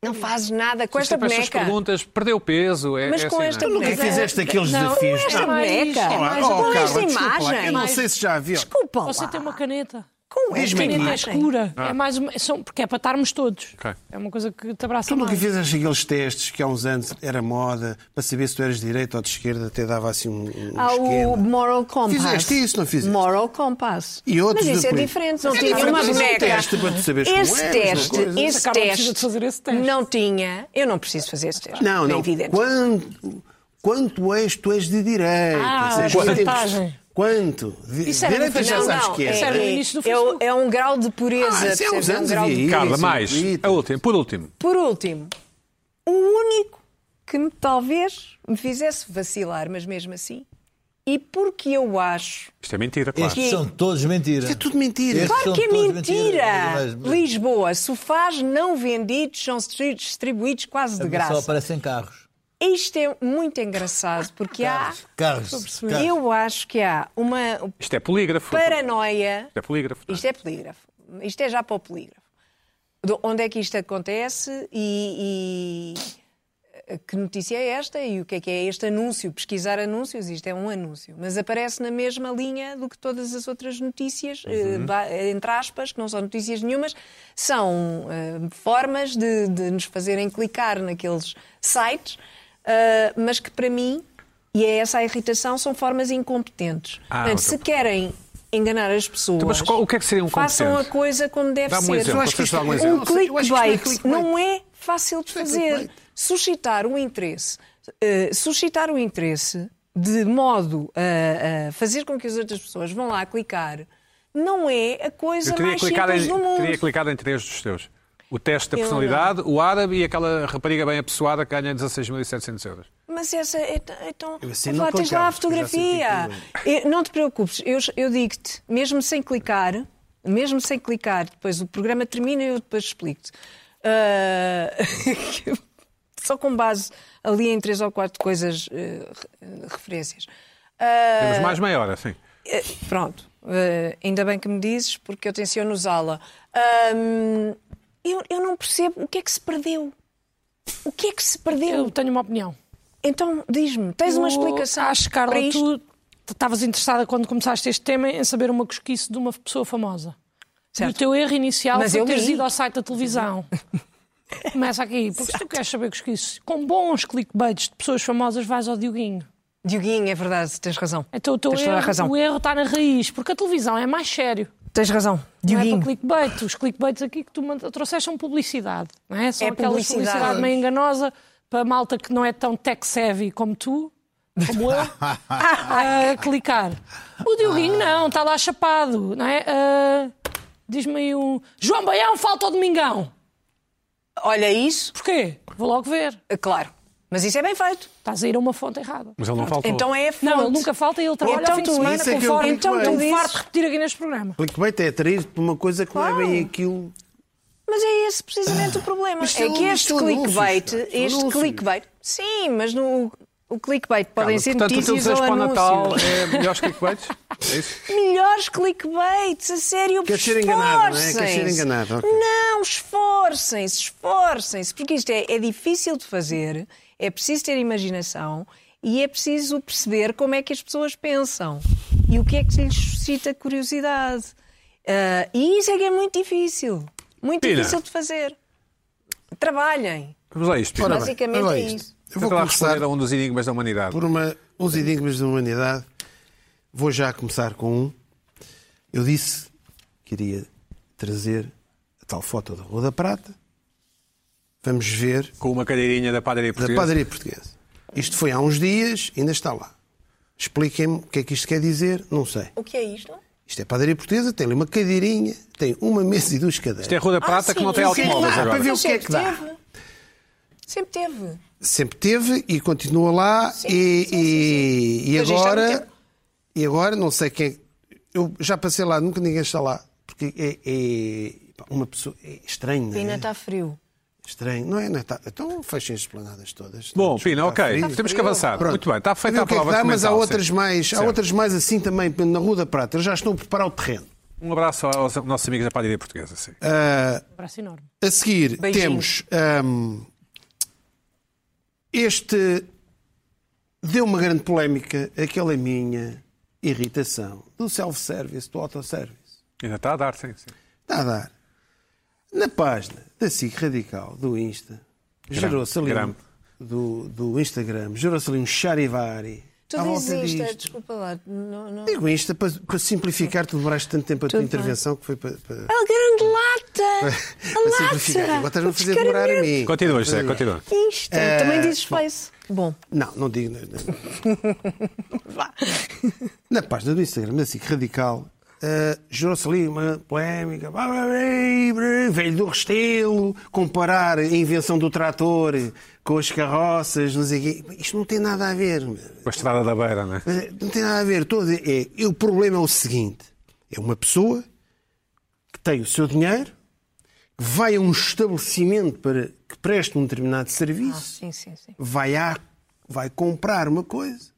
Não fazes nada com É. esta
Tipo, estas
boneca.
perguntas, perdeu peso. É,
Mas
é
com
assim,
esta
não é?
Então nunca
boneca.
fizeste aqueles
não,
desafios.
Não, esta
Não.
boneca.
É mais-
oh,
com esta
Carla, desculpa lá,
um imagem.
Eu não sei se já havia.
Desculpa lá.
Você tem uma caneta.
Com esta
Diz-me aqui.
Caneta é
imagem.
escura. É mais uma, são, porque é para estarmos todos.
Ok.
É uma coisa que te abraça
Tu nunca
mais.
fizeste aqueles testes que há uns anos era moda, para saber se tu eras de direita ou de esquerda, até dava assim um, um
Há Ah, o
esquema.
Moral Compass.
Fizeste isso, não fizeste?
Moral Compass.
E outros
Mas isso é
depois?
diferente. Não
É
tinha
diferente,
uma
mas é um
boneca.
teste para tu saberes como
esse
és, uma
teste,
coisa.
esse
Carla precisa de
teste,
fazer esse teste.
Não tinha. Eu não preciso fazer esse teste.
Não,
é
não.
Evidente.
Quanto, quanto és, tu és de direita.
Ah,
Se és
quanto?
muito-
Porcentagem.
Quanto? De,
Isso era
direita
no
já
final.
sabes
Não,
que
isso
é.
era no início do
é,
Facebook.
é um grau de pureza.
Ah, isso é
percebes?
uns
É um
anos
grau de
havia isso.
Carla, mais.
Twitter.
A última, por último.
Por último, o único que me- talvez me fizesse vacilar, mas mesmo assim, e porque eu acho.
Isto é mentira, claro.
Estes são todos mentiras.
É tudo mentira.
Estes
Claro
são
que é
todos
mentira!
mentiras, mas-
Lisboa, sofás não vendidos são distri- distribuídos
É
quase de
Só
graça.
aparecem carros.
Isto é muito engraçado, porque há.
Carros. carros.
Eu acho que há uma
Isto é polígrafo.
paranoia.
Isto é polígrafo. não é?
Isto é polígrafo. Isto é já para o polígrafo. De onde é que isto acontece e, e que notícia é esta e o que é que é este anúncio? Pesquisar anúncios, isto é um anúncio, mas aparece na mesma linha do que todas as outras notícias,
Uhum.
eh, ba- entre aspas, que não são notícias nenhumas, são eh, formas de, de nos fazerem clicar naqueles sites, eh, mas que para mim, e é essa a irritação, são formas incompetentes.
Ah,
Portanto,
ok.
se querem enganar as pessoas,
Mas qual- o que é que seria um
façam a
competente?
coisa como deve
Dá-me um
ser.
exemplo.
acho que
Vocês
isto
dão um
é-
exemplo.
Um
Eu sei, eu acho que isto é
clickbait
clickbait.
não é fácil de
é
fazer.
clickbait.
Suscitar o interesse, eh, suscitar o interesse de modo a, a fazer com que as outras pessoas vão lá clicar, não é a coisa
Eu teria
mais
clicado,
simples
em,
do mundo.
teria clicado em três dos teus. O teste da
Eu
personalidade, o árabe e aquela rapariga bem apessoada que ganha 16.700 euros.
Mas essa é, t- é tão.
Eu assim
Mas
não
lá tens
clicava,
lá a
eu já sei
fotografia. Eu- não te preocupes, eu, eu digo-te, mesmo sem clicar, mesmo sem clicar, depois o programa termina e eu depois explico-te. Ah, só com base ali em três ou quatro coisas, eh, re- referências. Ah,
Temos mais meia hora, sim.
eh, Pronto, eh, ainda bem que me dizes, porque eu tenciono usá-la. Hum, eu, eu não percebo o que é que se perdeu. O que é que se perdeu?
Eu tenho uma opinião.
Então, diz-me, tens uma
Eu
explicação
Acho, Carla,
para isto?
tu estavas interessada quando começaste este tema em saber uma cosquice de uma pessoa famosa. E o
Certo.
teu erro inicial
Mas
foi
eu
teres
li.
ido ao site da televisão. Começa aqui, porque se tu queres saber cosquices, com bons clickbaits de pessoas famosas vais ao Dioguinho.
Dioguinho, é verdade, tens razão.
Então o teu
Tens toda a
erro,
razão.
o erro está na raiz, porque a televisão é mais sério.
Tens razão.
Não é
Dioguinho.
para clickbait. Os clickbaits aqui que tu manda- trouxeste são publicidade. Não é? São
É
aquela
publicidade.
publicidade meio enganosa para a malta que não é tão tech-savvy como tu, como eu, a clicar. O Dioguinho
Ah.
não, está lá chapado. Não é? Ah, Diz-me aí um... João Baião falta ao Domingão.
Olha isso,
Porquê? Vou logo ver.
é claro. Mas isso é bem feito.
Estás a ir a uma fonte errada.
Mas ele não faltou.
Então é a fonte.
Não, ele nunca falta e ele trabalha
Então
ao fim de
tu-
semana
isso é que eu
conforme.
Então tu
Estou
dizes-
farto de repetir aqui neste programa.
Clickbait é atrair por uma coisa que não é bem aquilo.
Mas é esse precisamente o problema.
isto
é
é
que
um-
este
isto é um
clickbait,
anúncio, isto é um
este
anúncio.
clickbait. Sim, mas no o clickbait podem ser
Ah, Portanto, o teu
notícias
desejo
ou
para o
anúncios.
Natal é melhores clickbaits? É isso?
Melhores clickbaits, a sério,
Quer ser enganado, não é? Quer
esforcem-se.
ser enganado, ok.
Não, esforcem-se, esforcem-se, porque isto é, é difícil de fazer, é preciso ter imaginação e é preciso perceber como é que as pessoas pensam e o que é que lhes suscita curiosidade. Ah, e isso é que é muito difícil, muito
Pina.
difícil de fazer. Trabalhem,
Vamos lá a isto. Pina.
Ora Tá bem,
basicamente
ora
é
bem
isso.
Eu vou
Tenta lá
começar
responder a um dos enigmas da humanidade.
por uma, uns enigmas da humanidade. Vou já começar com um. Eu disse que iria trazer a tal foto da Rua da Prata. Vamos ver
Com uma cadeirinha da padaria
da
portuguesa.
padaria portuguesa. Isto foi há uns dias, ainda está lá. Expliquem-me o que é que isto quer dizer, não sei.
O que é isto?
Isto é padaria portuguesa, tem ali uma cadeirinha, tem uma mesa e duas cadeiras.
Isto é a Rua da Prata
Ah,
que
sim,
não tem
eu sei.
automóveis
Ah,
agora.
para ver o que é
Sempre
que dá.
teve. Sempre teve.
Sempre teve e continua lá e,
sim,
e- e
Mas isto há muito
agora
tempo.
e agora não sei quem é que- eu já passei lá nunca ninguém está lá porque é, é- pá, uma pessoa é estranho não é?
Pina está frio.
estranho não é, não é Tá- então fechem as planadas todas
Bom,
Está-
Pina,
está
ok. Então
frio.
Temos que avançar.
Pronto.
Muito bem, está feita
Para
a
ver o
prova
que é que dá, mas há
documental,
outras
sim.
mais há
Certo.
outras mais assim também na Rua da Prata eles já estão a preparar o terreno
Um abraço aos nossos amigos da padaria portuguesa. Sim.
Ah.
Um abraço enorme.
A seguir
Beijinhos.
temos hum, este deu uma grande polémica, aquela minha irritação do self-service, do autosservice.
Ainda está a dar, sim. sim.
Está a dar. Na página da SIC Radical do Insta, gerou-se ali um-
grande.
do, do Instagram, gerou-se ali um charivari.
Tu
à
dizes
volta
isto, é,
disto.
desculpa lá. Não, não.
Digo isto para, para simplificar, tu demoraste tanto tempo a
Tudo
tua
bem.
intervenção que foi para, para,
A É grande lata!
para
A
simplificar.
lata!
Assim, Agora estás-me a
O
fazer demorar a mim. Eh,
Continua, José, continua.
descaramento. Isto, também dizes face. Bom,
Não, não digo. não- não-
vá.
Na página do Instagram da SIC Radical, eh, gerou-se ali uma polémica. Blá, blá, blá, blá, Velho do Restelo, comparar a invenção do trator com as carroças, não sei o quê. Isto não tem nada a ver.
Com a estrada da beira, não é?
Eh, Não tem nada a ver. Todo é, e o problema é o seguinte: é uma pessoa que tem o seu dinheiro, que vai a um estabelecimento para que preste um determinado serviço
Ah, Sim, sim, sim.
vai, a, vai comprar uma coisa.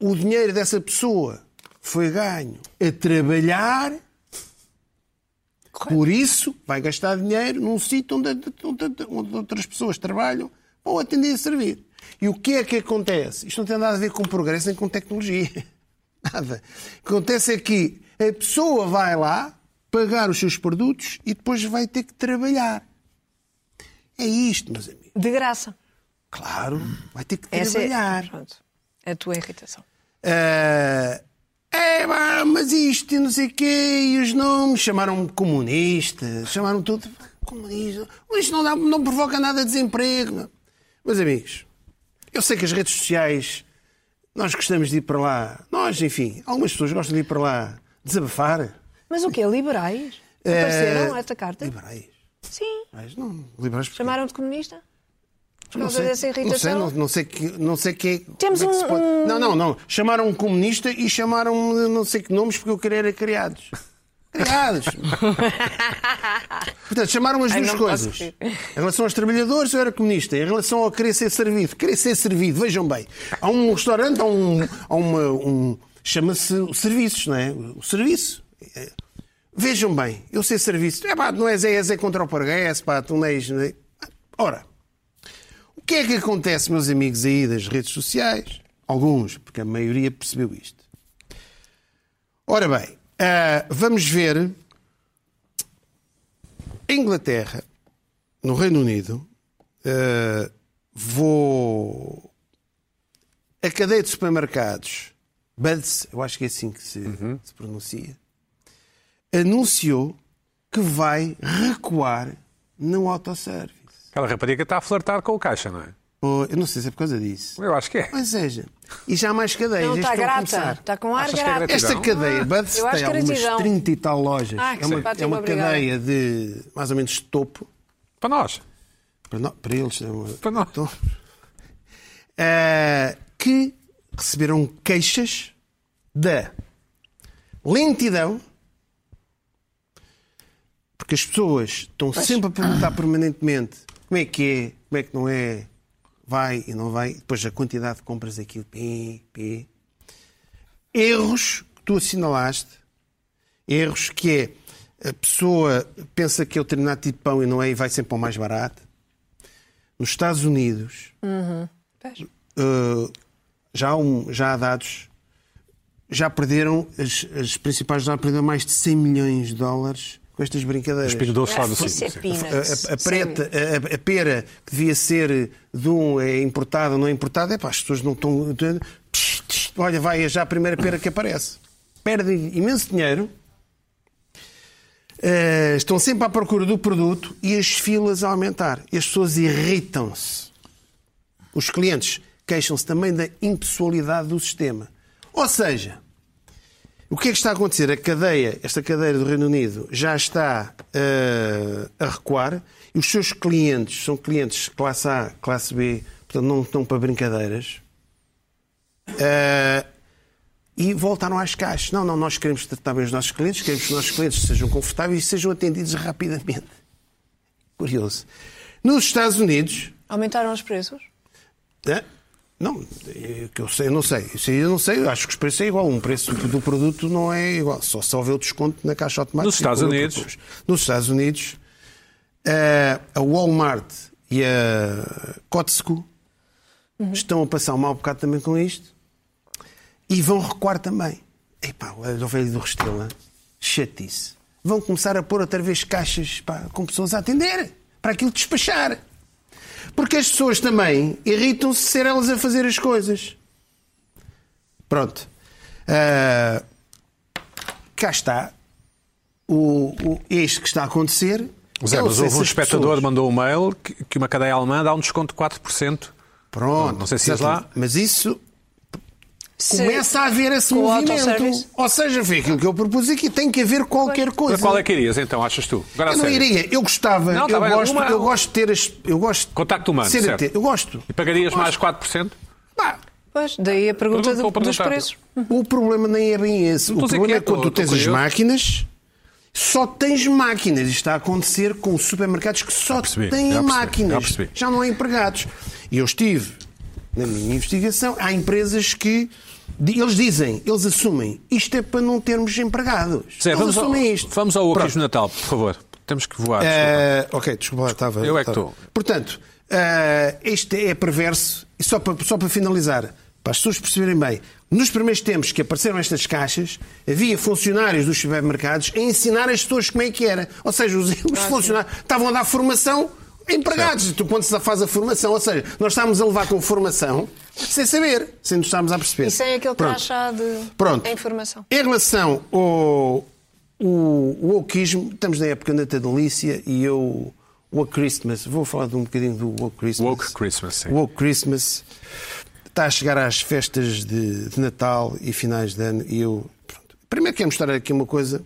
O dinheiro dessa pessoa foi ganho a trabalhar Por isso, vai gastar dinheiro num sítio onde, onde- onde outras pessoas trabalham ou atendem a servir. E o que é que acontece? Isto não tem nada a ver com progresso nem com tecnologia. Nada. O que acontece é que a pessoa vai lá pagar os seus produtos e depois vai ter que trabalhar. É isto, meus amigos.
De graça.
Claro, vai ter que
Essa é-
trabalhar.
pronto, é a tua irritação.
Ah, é, pá, mas isto, e não sei o quê, e os nomes chamaram-me comunista, chamaram tudo comunista. Isto não, dá- não provoca nada de desemprego. Meus amigos, eu sei que as redes sociais, nós gostamos de ir para lá. Nós, enfim, algumas pessoas gostam de ir para lá desabafar.
Mas o quê? Liberais? Eh, Apareceram a atacar-te?
Eh, Liberais.
Sim.
Mas não, liberais porque-
Chamaram-te comunista? Por
Não
causa
sei,
dessa
não sei,
irritação?
não, não sei que, não sei que
Temos
como é que se
um-
pode-
um-
Não, não, não. Chamaram-me comunista e chamaram-me não sei que nomes porque eu queria era criados. Criados. Portanto, chamaram as
Ai,
duas
não
coisas.
posso rir.
Em relação aos trabalhadores, eu era comunista. Em relação ao querer ser servido, querer ser servido, vejam bem. Há um restaurante, há um. Há uma, um chama-se serviços, não é? O serviço. É. Vejam bem, eu sei serviço. É pá, não és, és é contra o progresso, pá, tu não és. não é? Ora, o que é que acontece, meus amigos aí das redes sociais? Alguns, porque a maioria percebeu isto. Ora bem, ah, vamos ver. A Inglaterra, no Reino Unido, eh, vou. A cadeia de supermercados, Buds, eu acho que é assim que se, se pronuncia, anunciou que vai recuar no autosservice.
Aquela rapariga está a flertar com o caixa, não é?
Pô, Eu não sei se é por causa disso.
Eu acho que é.
Ou seja, e já há mais cadeias.
Não,
estas
está
estão
grata.
a é começar.
Está com ar
Achas que é
grata.
gratidão?
Esta cadeia, Buds,
eu acho
tem
que era
algumas
Tidão.
30 e tal lojas.
Ah, que
é uma,
simpático,
é uma
obrigada.
cadeia de mais ou menos de topo.
Para nós.
Para, nó- para eles, não é?
Para nós.
Então, eh, que receberam queixas da lentidão, porque as pessoas estão sempre a perguntar permanentemente como é que é, como é que não é, vai e não vai, depois a quantidade de compras daquilo, pi, pi. Erros que tu assinalaste, erros que é a pessoa pensa que é o determinado tipo de pão e não é e vai sempre ao mais barato. Nos Estados Unidos
Pois.
eh, já, há um- já há dados, já perderam, as, as principais já perderam mais de 100 milhões de dólares com estas brincadeiras.
Espinho doce lá do
Isso é
sul.
peanuts.
A, a- a preta, a, a- a pera que devia ser de um é importada, não é importada, é pá, as pessoas não estão. Psh, psh, Olha, vai é já a primeira pera que aparece. Perdem imenso dinheiro. eh, estão sempre à procura do produto e as filas a aumentar. E as pessoas irritam-se. Os clientes queixam-se também da impessoalidade do sistema. Ou seja, o que é que está a acontecer? A cadeia, esta cadeia do Reino Unido, já está eh, a recuar e os seus clientes são clientes classe A, classe B, portanto não estão para brincadeiras. Eh, e voltaram às caixas. Não, não, nós queremos tratar bem os nossos clientes, queremos que os nossos clientes sejam confortáveis e sejam atendidos rapidamente. Curioso. Nos Estados Unidos,
Aumentaram os preços?
Hã? Não, é que eu, sei, eu não sei. Isso aí eu não sei, eu acho que os preços é igual. Um preço do produto não é igual. Só se houver o desconto na caixa automática.
Nos Estados
Por outro
Unidos.
custo. Nos Estados Unidos, eh, a Walmart e a Costco estão a passar um mau bocado também com isto e vão recuar também. Epá, o velho do Restela, chatice. Vão começar a pôr outra vez caixas pá, com pessoas a atender, para aquilo despachar. Porque as pessoas também irritam-se de ser elas a fazer as coisas. Pronto. Ah, cá está. O, o- este que está a acontecer. é
Zé,
Eu não
mas houve
sei Então, se
um
as
espectador
pessoas-
que mandou um mail que, que uma cadeia alemã dá um desconto de 4%.
Pronto.
Não sei se és
exatamente.
lá.
Mas isso
Se-
começa a haver esse
Com o
movimento.
autosservice?
Ou seja, foi aquilo que eu propus aqui. Tem que haver qualquer
Para
coisa.
qual é que irias então, achas tu? Agora a
Eu não
sério.
iria. Eu gostava.
Não, tá
eu,
bem,
gosto,
uma-
eu gosto de ter as. Eu gosto de
Contacto humano,
ser
certo.
ate- Eu gosto.
E pagarias mais 4%?
Pá,
Pois, daí a pergunta
Pergunta
do-
para
dos
perguntar.
preços.
o problema nem é bem esse.
estou
o
a dizer
problema
que é,
é quando tu
estou- estou
tens as
curioso.
máquinas, só tens máquinas. Isto está a acontecer com supermercados que só
percebi,
têm
já percebi, já
máquinas.
percebi.
já não há empregados. E eu estive na minha investigação, há empresas que di- eles dizem, eles assumem, isto é para não termos empregados.
Zé,
eles
vamos, ao,
assumem isto.
vamos ao
Pronto.
Oquis de Natal, por favor. Temos que voar. Ah, desculpa.
Eh, ok, desculpa, lá, estava.
eu é que
estava.
estou.
Portanto, eh, este é perverso. E só para, só para finalizar, para as pessoas perceberem bem, nos primeiros tempos que apareceram estas caixas, havia funcionários dos supermercados a ensinar as pessoas como é que era. Ou seja, os, os funcionários estavam a dar formação a empregados. E tu, quando se faz a formação, ou seja, nós estávamos a levar com formação sem saber, sem nos estarmos a perceber.
E
é
sem aquele
Pronto.
crachá de
Pronto.
a informação.
Em relação ao o, o wokeismo, estamos na época natalícia e eu. Woke Christmas, vou falar de um bocadinho do Woke Christmas.
Woke Christmas, sim.
Woke Christmas está a chegar às festas de, de Natal e finais de ano e eu. Pronto. Primeiro quero mostrar aqui uma coisa,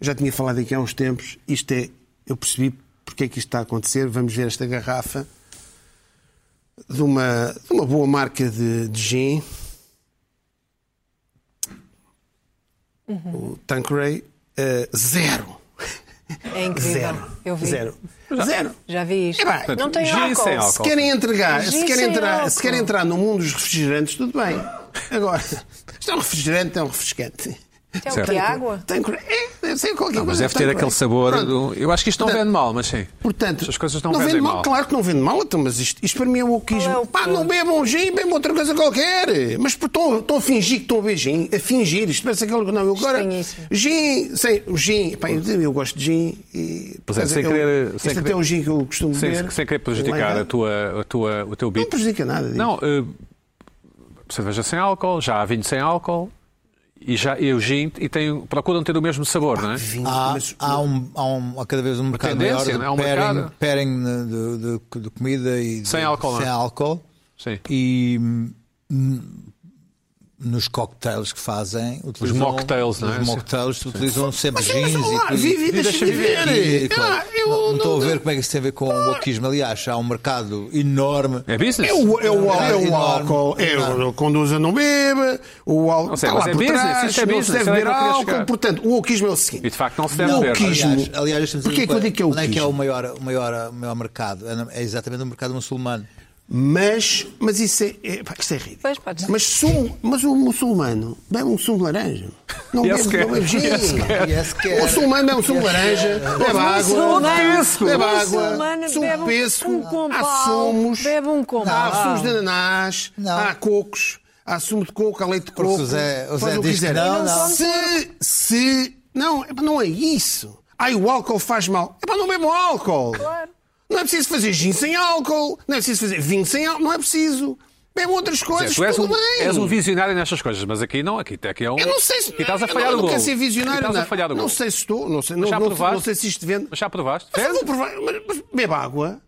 eu já tinha falado aqui há uns tempos, isto é. Eu percebi porque é que isto está a acontecer, vamos ver esta garrafa de uma, de uma boa marca de, de gin. O Tanqueray, eh, zero.
É incrível.
Zero.
Eu vi.
Zero. Zero.
Já vi isto.
Epá,
Não tem
Gin
álcool.
sem
se
álcool.
querem entregar,
Mas
se
isso
querem
é
entrar,
álcool.
se querem entrar no mundo dos refrigerantes, tudo bem. Agora, isto é um refrigerante, é um refrescante.
é
Tem o
Certo.
que água?
Tanqueray, é, deve ser qualquer
Não, mas
coisa.
deve ter
Tanqueray.
aquele sabor.
Pronto.
do- Eu acho que isto não
Portanto-
vende mal, mas sim.
Portanto,
Essas coisas não,
vende
vendem
mal.
mal.
Claro que não vende mal, então, mas isto, isto para mim é wokeismo.
Qual é o
Pá,
ponto?
não bebam gin, bebam outra coisa qualquer. Mas pô, estão, estão a fingir que estão a beber gin, a fingir. Isto parece aquele. Não, eu agora.
Estranhíssimo.
Gin, sem, o gin. Pá, eu, eu gosto de gin. E,
Pois é,
mas
sem
eu-
querer-
Este
sem
até
querer-
é um gin que eu costumo
Sem,
beber.
sem querer
Lá em
prejudicar
casa.
a tua, a tua, o teu
Não
beat.
prejudica nada. digo.
Não, eh, cerveja sem álcool, já há vinho sem álcool e já e o gin e tem, procuram ter o mesmo sabor, não é?
Vinho,
Há,
mas- né?
há, um, há, um, há cada vez um mercado maior
tendência,
de
não é? Há um
pairing,
mercado.
pairing eh, de, de- de- de comida e de-
Sem álcool, não é?
né?
sem álcool.
Sim.
E hum, nos cocktails que fazem, utilizam,
mocktails, não é?
Os mocktails utilizam sempre
né? Mas, mas,
gins e
olá,
tudo.
vive e
Deixa
deixa viver.
E, claro,
Ah, eu
não, não
não- Ah.
estou a ver como é que isso tem a ver com o wokeismo. Aliás, há um mercado enorme.
É business?
É o, é o, é
Enorme.
o álcool, é o conduza não bebe, o álcool
Não sei,
está
mas
lá
é
por
business,
trás,
isto é
não
business,
se
era
deve beber
que eu queria chegar.
álcool, portanto, o alquismo é o seguinte.
E de facto não é? se deve
O
beber.
alquismo-
Aliás, aliás estamos a
Porquê
dizer
que eu digo que é o
onde é que é o
wokeismo?
maior, o maior, o maior mercado? É na- É exatamente o mercado muçulmano.
Mas, mas isso é, é, pá, isto é ridículo.
Pois, pode ser.
Mas, sum, mas o muçulmano bebe um sumo de laranja. Não
Yes,
bebe,
quer.
não bebe gin. é
Yes,
Yes, quer.
é-
O muçulmano bebe um sumo de laranja, bebe
é
água, bebe água, sumo de
Um
pesco,
compal,
há sumos,
Bebe um compal.
há sumos de ananás,
Não.
há cocos, há sumo de coco, há leite de
Porque
coco.
o Zé- o
faz
Zé
que
diz que
quiser.
não, não.
Se, se... Não, epá, não é isso. Ai, o álcool faz mal. É para não bebo álcool. Não é preciso fazer gin sem álcool, não é preciso fazer vinho sem álcool, não é preciso. Bebam outras
Quer
coisas,
dizer, tu és
tudo
um,
bem.
és um visionário nestas coisas, mas aqui não, aqui, aqui é um.
Eu não sei se.
E estás a
eu
falhar
não,
o gol.
Não quero ser visionário,
E estás
não. é?
a falhar o
não
gol.
sei se estou, não sei, não,
Mas já
não,
provaste?
não sei se isto vende.
Mas já provaste?
Mas eu
Vende?
vou provar, mas, mas beba água.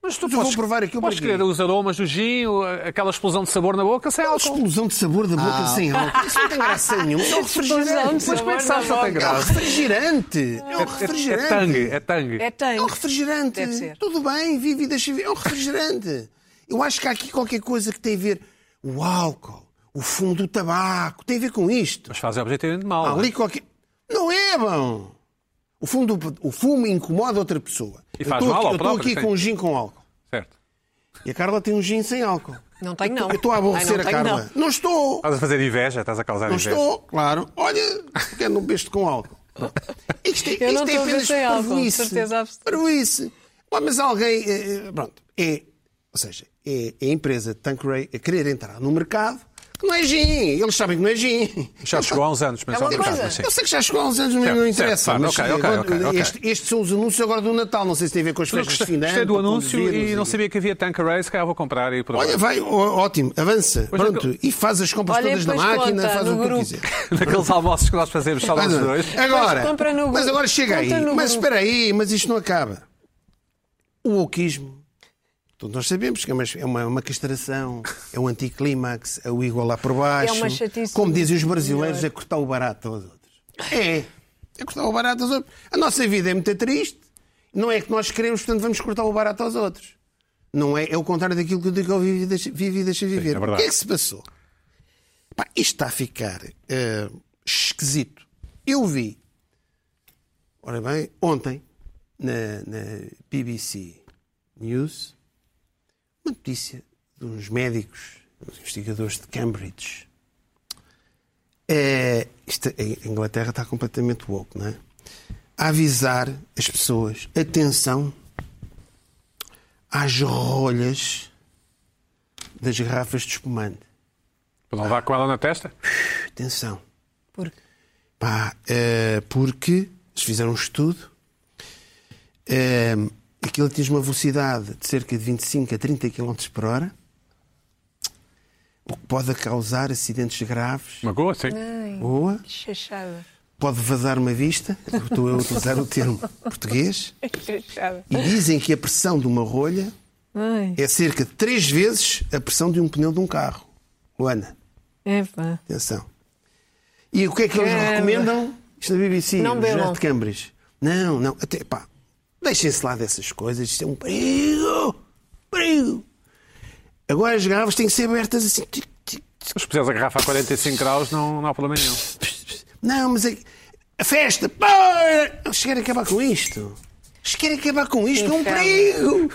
Mas tu
Eu vou provar aquilo
Podes
para
querer
quê?
os aromas do gin, o- aquela explosão de sabor na boca sem
Uma
álcool.
explosão de sabor da boca
Ah.
sem álcool. Isso não tem graça nenhuma. É um refrigerante.
Mas como é que sabes que não tem
É um
graça?
refrigerante. É um
É,
refrigerante.
é tangue, é tangue.
É
É um
tanque.
refrigerante.
Deve ser.
Tudo bem, vive e deixa viver. É um refrigerante. Eu acho que há aqui qualquer coisa que tem a ver. O álcool, o fumo do tabaco, tem a ver com isto.
Mas faz objetivamente mal.
Há
não é?
ali qualquer. Não é bom! O fumo, do- o fumo incomoda outra pessoa.
E
Eu
faz mal
estou aqui-
ao
Eu estou
próprio,
aqui
sim.
com um gin com álcool.
Certo.
E a Carla tem um gin sem álcool.
Não tenho, não.
Eu estou a aborrecer
Ai, não
a
tenho,
Carla. Não, estou!
Estás a fazer inveja, estás a causar
Não
inveja.
estou, claro. Olha, porque não beste com álcool. Isto, é-
Eu não
isto é
estou a ver
apenas
sem álcool, de
parvoíce.
certeza absoluta.
Parvoíce. Pá, Mas alguém. eh, eh, Pronto. É, ou seja, é é a empresa Tanqueray a querer entrar no mercado que não é gin. Eles sabem que não é gin.
Já chegou há uns anos, mas
É uma
há uns
coisa.
anos, sim.
Eu sei que já chegou há uns anos, mas
Certo,
não
certo,
interessa.
claro,
mas,
ok,
eh,
ok,
quando-
ok, ok.
este- estes são os anúncios agora do Natal, não sei se tem a ver com as
Eu
festas de
Gostei,
fim de ano.
gostei é do
com o
anúncio
vírus
e não sabia que havia Tanqueray, se calhar vou comprar e provar.
Olha, vai, ó- ótimo, avança. Pronto, e faz as compras
Olha,
todas na
depois
máquina,
conta
faz
no
o que tu
grupo.
quiser.
Naqueles almoços que nós fazemos, só nós
Mas,
dois.
é. Agora,
Mas compra no
mas agora
grupo.
chega aí.
Compra no
Mas
grupo.
espera aí, mas isto não acaba. O wokeismo, todos nós sabemos que é uma, é uma, uma castração, é um anticlímax, é o igual lá por baixo.
É uma chatice.
Como dizem os brasileiros, é cortar o barato aos outros. É, é cortar o barato aos outros. A nossa vida é muito triste, não é que nós queremos, portanto vamos cortar o barato aos outros. Não é, é o contrário daquilo que eu digo ao vive e deixa, vive e deixa viver.
é
o
verdade.
que é que se passou? Pá, isto está a ficar eh, esquisito. Eu vi, ora bem, ontem, na, na BBC News, uma notícia de uns médicos, uns investigadores de Cambridge, É, isto- a Inglaterra está completamente woke, não é? A avisar as pessoas, atenção às rolhas das garrafas de espumante.
Para não levar com ela na testa?
Atenção.
Porque
Pá, eh, porque eles fizeram um estudo. eh, aquilo atinge uma velocidade de cerca de 25 a 30 km por hora, o que pode causar acidentes graves.
Magoa, sim.
Boa.
que chachada.
Pode vazar uma vista. Estou eu a utilizar o termo português.
Que chachada.
E dizem que a pressão de uma rolha
Ai,
é cerca de três vezes a pressão de um pneu de um carro. Luana,
epá.
atenção. E o que é que eles
Caramba.
recomendam? Isto na BBC,
Não
no
bebam.
Jornal de Cambridge. Não, não, até pá, deixem-se lá dessas coisas, isto é um perigo! Perigo! Agora as garrafas têm que ser abertas assim. tic, tic, tic.
Mas se puseres a garrafa a 45 graus, não, não há problema nenhum.
Não, mas é... que- a festa, pá! Eles querem acabar com isto. Eles querem acabar com isto, é um
Inferno.
perigo!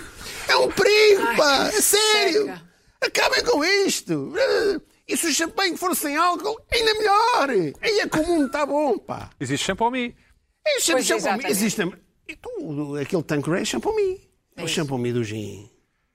É um perigo, pá! É sério!
seca.
Acabem com isto! E se o champanhe for sem álcool, ainda melhor! Aí é comum, está bom, pá!
Existe shampoo me.
Existe
Pois,
champomi.
exatamente.
Existe. Então, aquele Tanqueray é champomi. É o champomi do gin.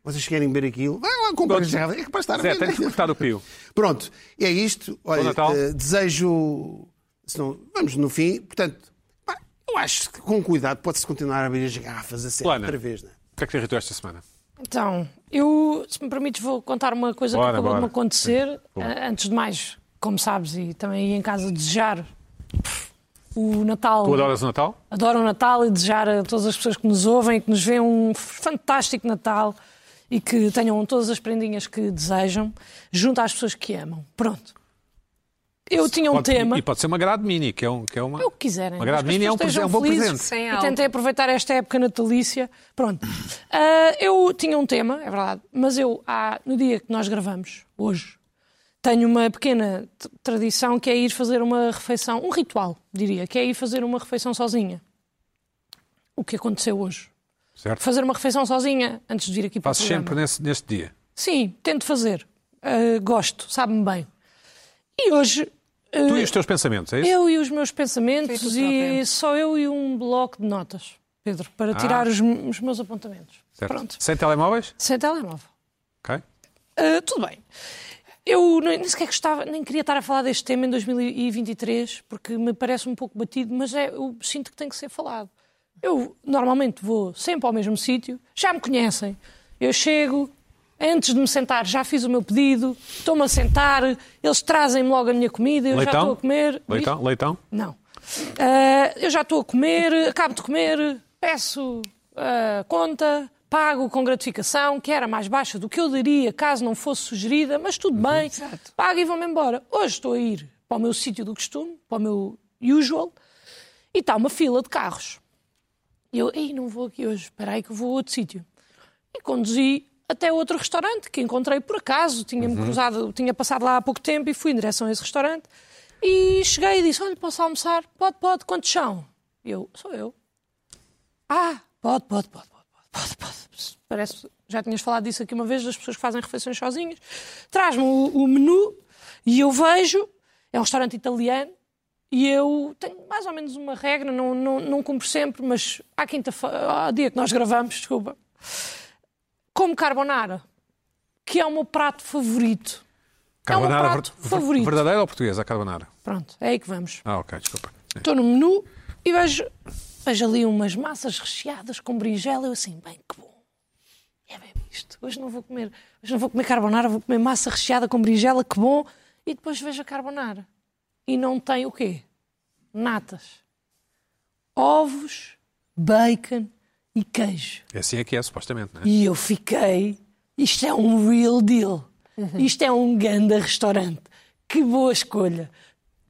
Vocês querem beber aquilo? Vai lá comprar
Pronto.
já. É capaz de estar a
Zé, tens de
vender.
cortar o pio.
Pronto, é isto. Olha,
Natal.
eh, desejo. se não- vamos no fim. Portanto, pá, eu acho que com cuidado pode-se continuar a abrir as garrafas a sério
Plana.
outra vez, não é?
O que é que te irritou esta semana?
Então, eu, se me permites, vou contar uma coisa
Bora,
que acabou de
bora.
me acontecer. Ah, Antes de mais, como sabes, e também aí em casa desejar pff, o Natal.
Tu adoras o Natal?
Adoro o Natal e desejar a todas as pessoas que nos ouvem e que nos veem um fantástico Natal e que tenham todas as prendinhas que desejam, junto às pessoas que amam. Pronto. Eu tinha um
Pode-
tema.
E pode ser uma grade mini, que é, um, que é uma.
É o que quiserem.
Uma grade
Mas que as
mini é um,
pessoas
presente- é um bom
estejam felizes.
presente.
Sem
Eu
álcool.
tentei aproveitar esta época natalícia. Pronto. Ah, eu tinha um tema, é verdade, mas eu, há- no dia que nós gravamos, hoje, tenho uma pequena t- tradição que é ir fazer uma refeição, um ritual, diria, que é ir fazer uma refeição sozinha. O que aconteceu hoje?
Certo?
Fazer uma refeição sozinha antes de vir aqui para
Faço
o programa.
sempre nesse, neste dia.
Sim, tento fazer. Ah, gosto, sabe-me bem. E hoje. ah,
Tu e os teus pensamentos, é isso?
eu e os meus pensamentos
Feito próprio.
e só eu e um bloco de notas, Pedro, para tirar os, os meus apontamentos.
Certo.
Pronto.
Sem telemóveis?
Sem telemóvel.
Ok.
Ah, tudo bem. Eu nem nem sequer gostava, nem queria estar a falar deste tema em 2023, porque me parece um pouco batido, mas é, eu sinto que tem que ser falado. Eu normalmente vou sempre ao mesmo sítio, já me conhecem. Eu chego, antes de me sentar, já fiz o meu pedido, estou-me a sentar, eles trazem-me logo a minha comida, eu já estou a
Leitão?
comer. É um
Leitão? Leitão?
Não. Ah, eu já estou a comer, acabo de comer, peço ah, conta, pago com gratificação, que era mais baixa do que eu daria caso não fosse sugerida, mas tudo bem, pago e vou-me embora. Hoje estou a ir para o meu sítio do costume, para o meu usual, e está uma fila de carros. E eu, ei, não vou aqui hoje, espera aí que eu vou a outro sítio. E conduzi até outro restaurante que encontrei por acaso, tinha-me cruzado, tinha passado lá há pouco tempo e fui em direção a esse restaurante. E cheguei e disse: Olha, posso almoçar? Pode, pode, quantos são? Eu, sou eu. Ah, pode, pode, pode, pode, pode, pode, pode. Parece, já tinhas falado disso aqui uma vez, das pessoas que fazem refeições sozinhas. Traz-me o, o menu e eu vejo, é um restaurante italiano, e eu tenho mais ou menos uma regra, não, não, não cumpro sempre, mas à quinta-feira, ao dia que nós gravamos, desculpa, como carbonara, que é o meu prato favorito. é o meu prato
ver- ver-
favorito.
Verdadeira ou portuguesa? A carbonara.
Pronto, é aí que vamos.
Ah, ok, desculpa. É.
Estou no menu e vejo, vejo ali umas massas recheadas com berinjela. Eu assim, bem, que bom. É bem isto. Hoje não vou comer, hoje não vou comer carbonara, vou comer massa recheada com berinjela, que bom. E depois vejo a carbonara. E não tem o quê? Natas. Ovos, bacon e queijo.
É assim é que é, supostamente, não é?
E eu fiquei. Isto é um real deal. Isto é um ganda restaurante. Que boa escolha.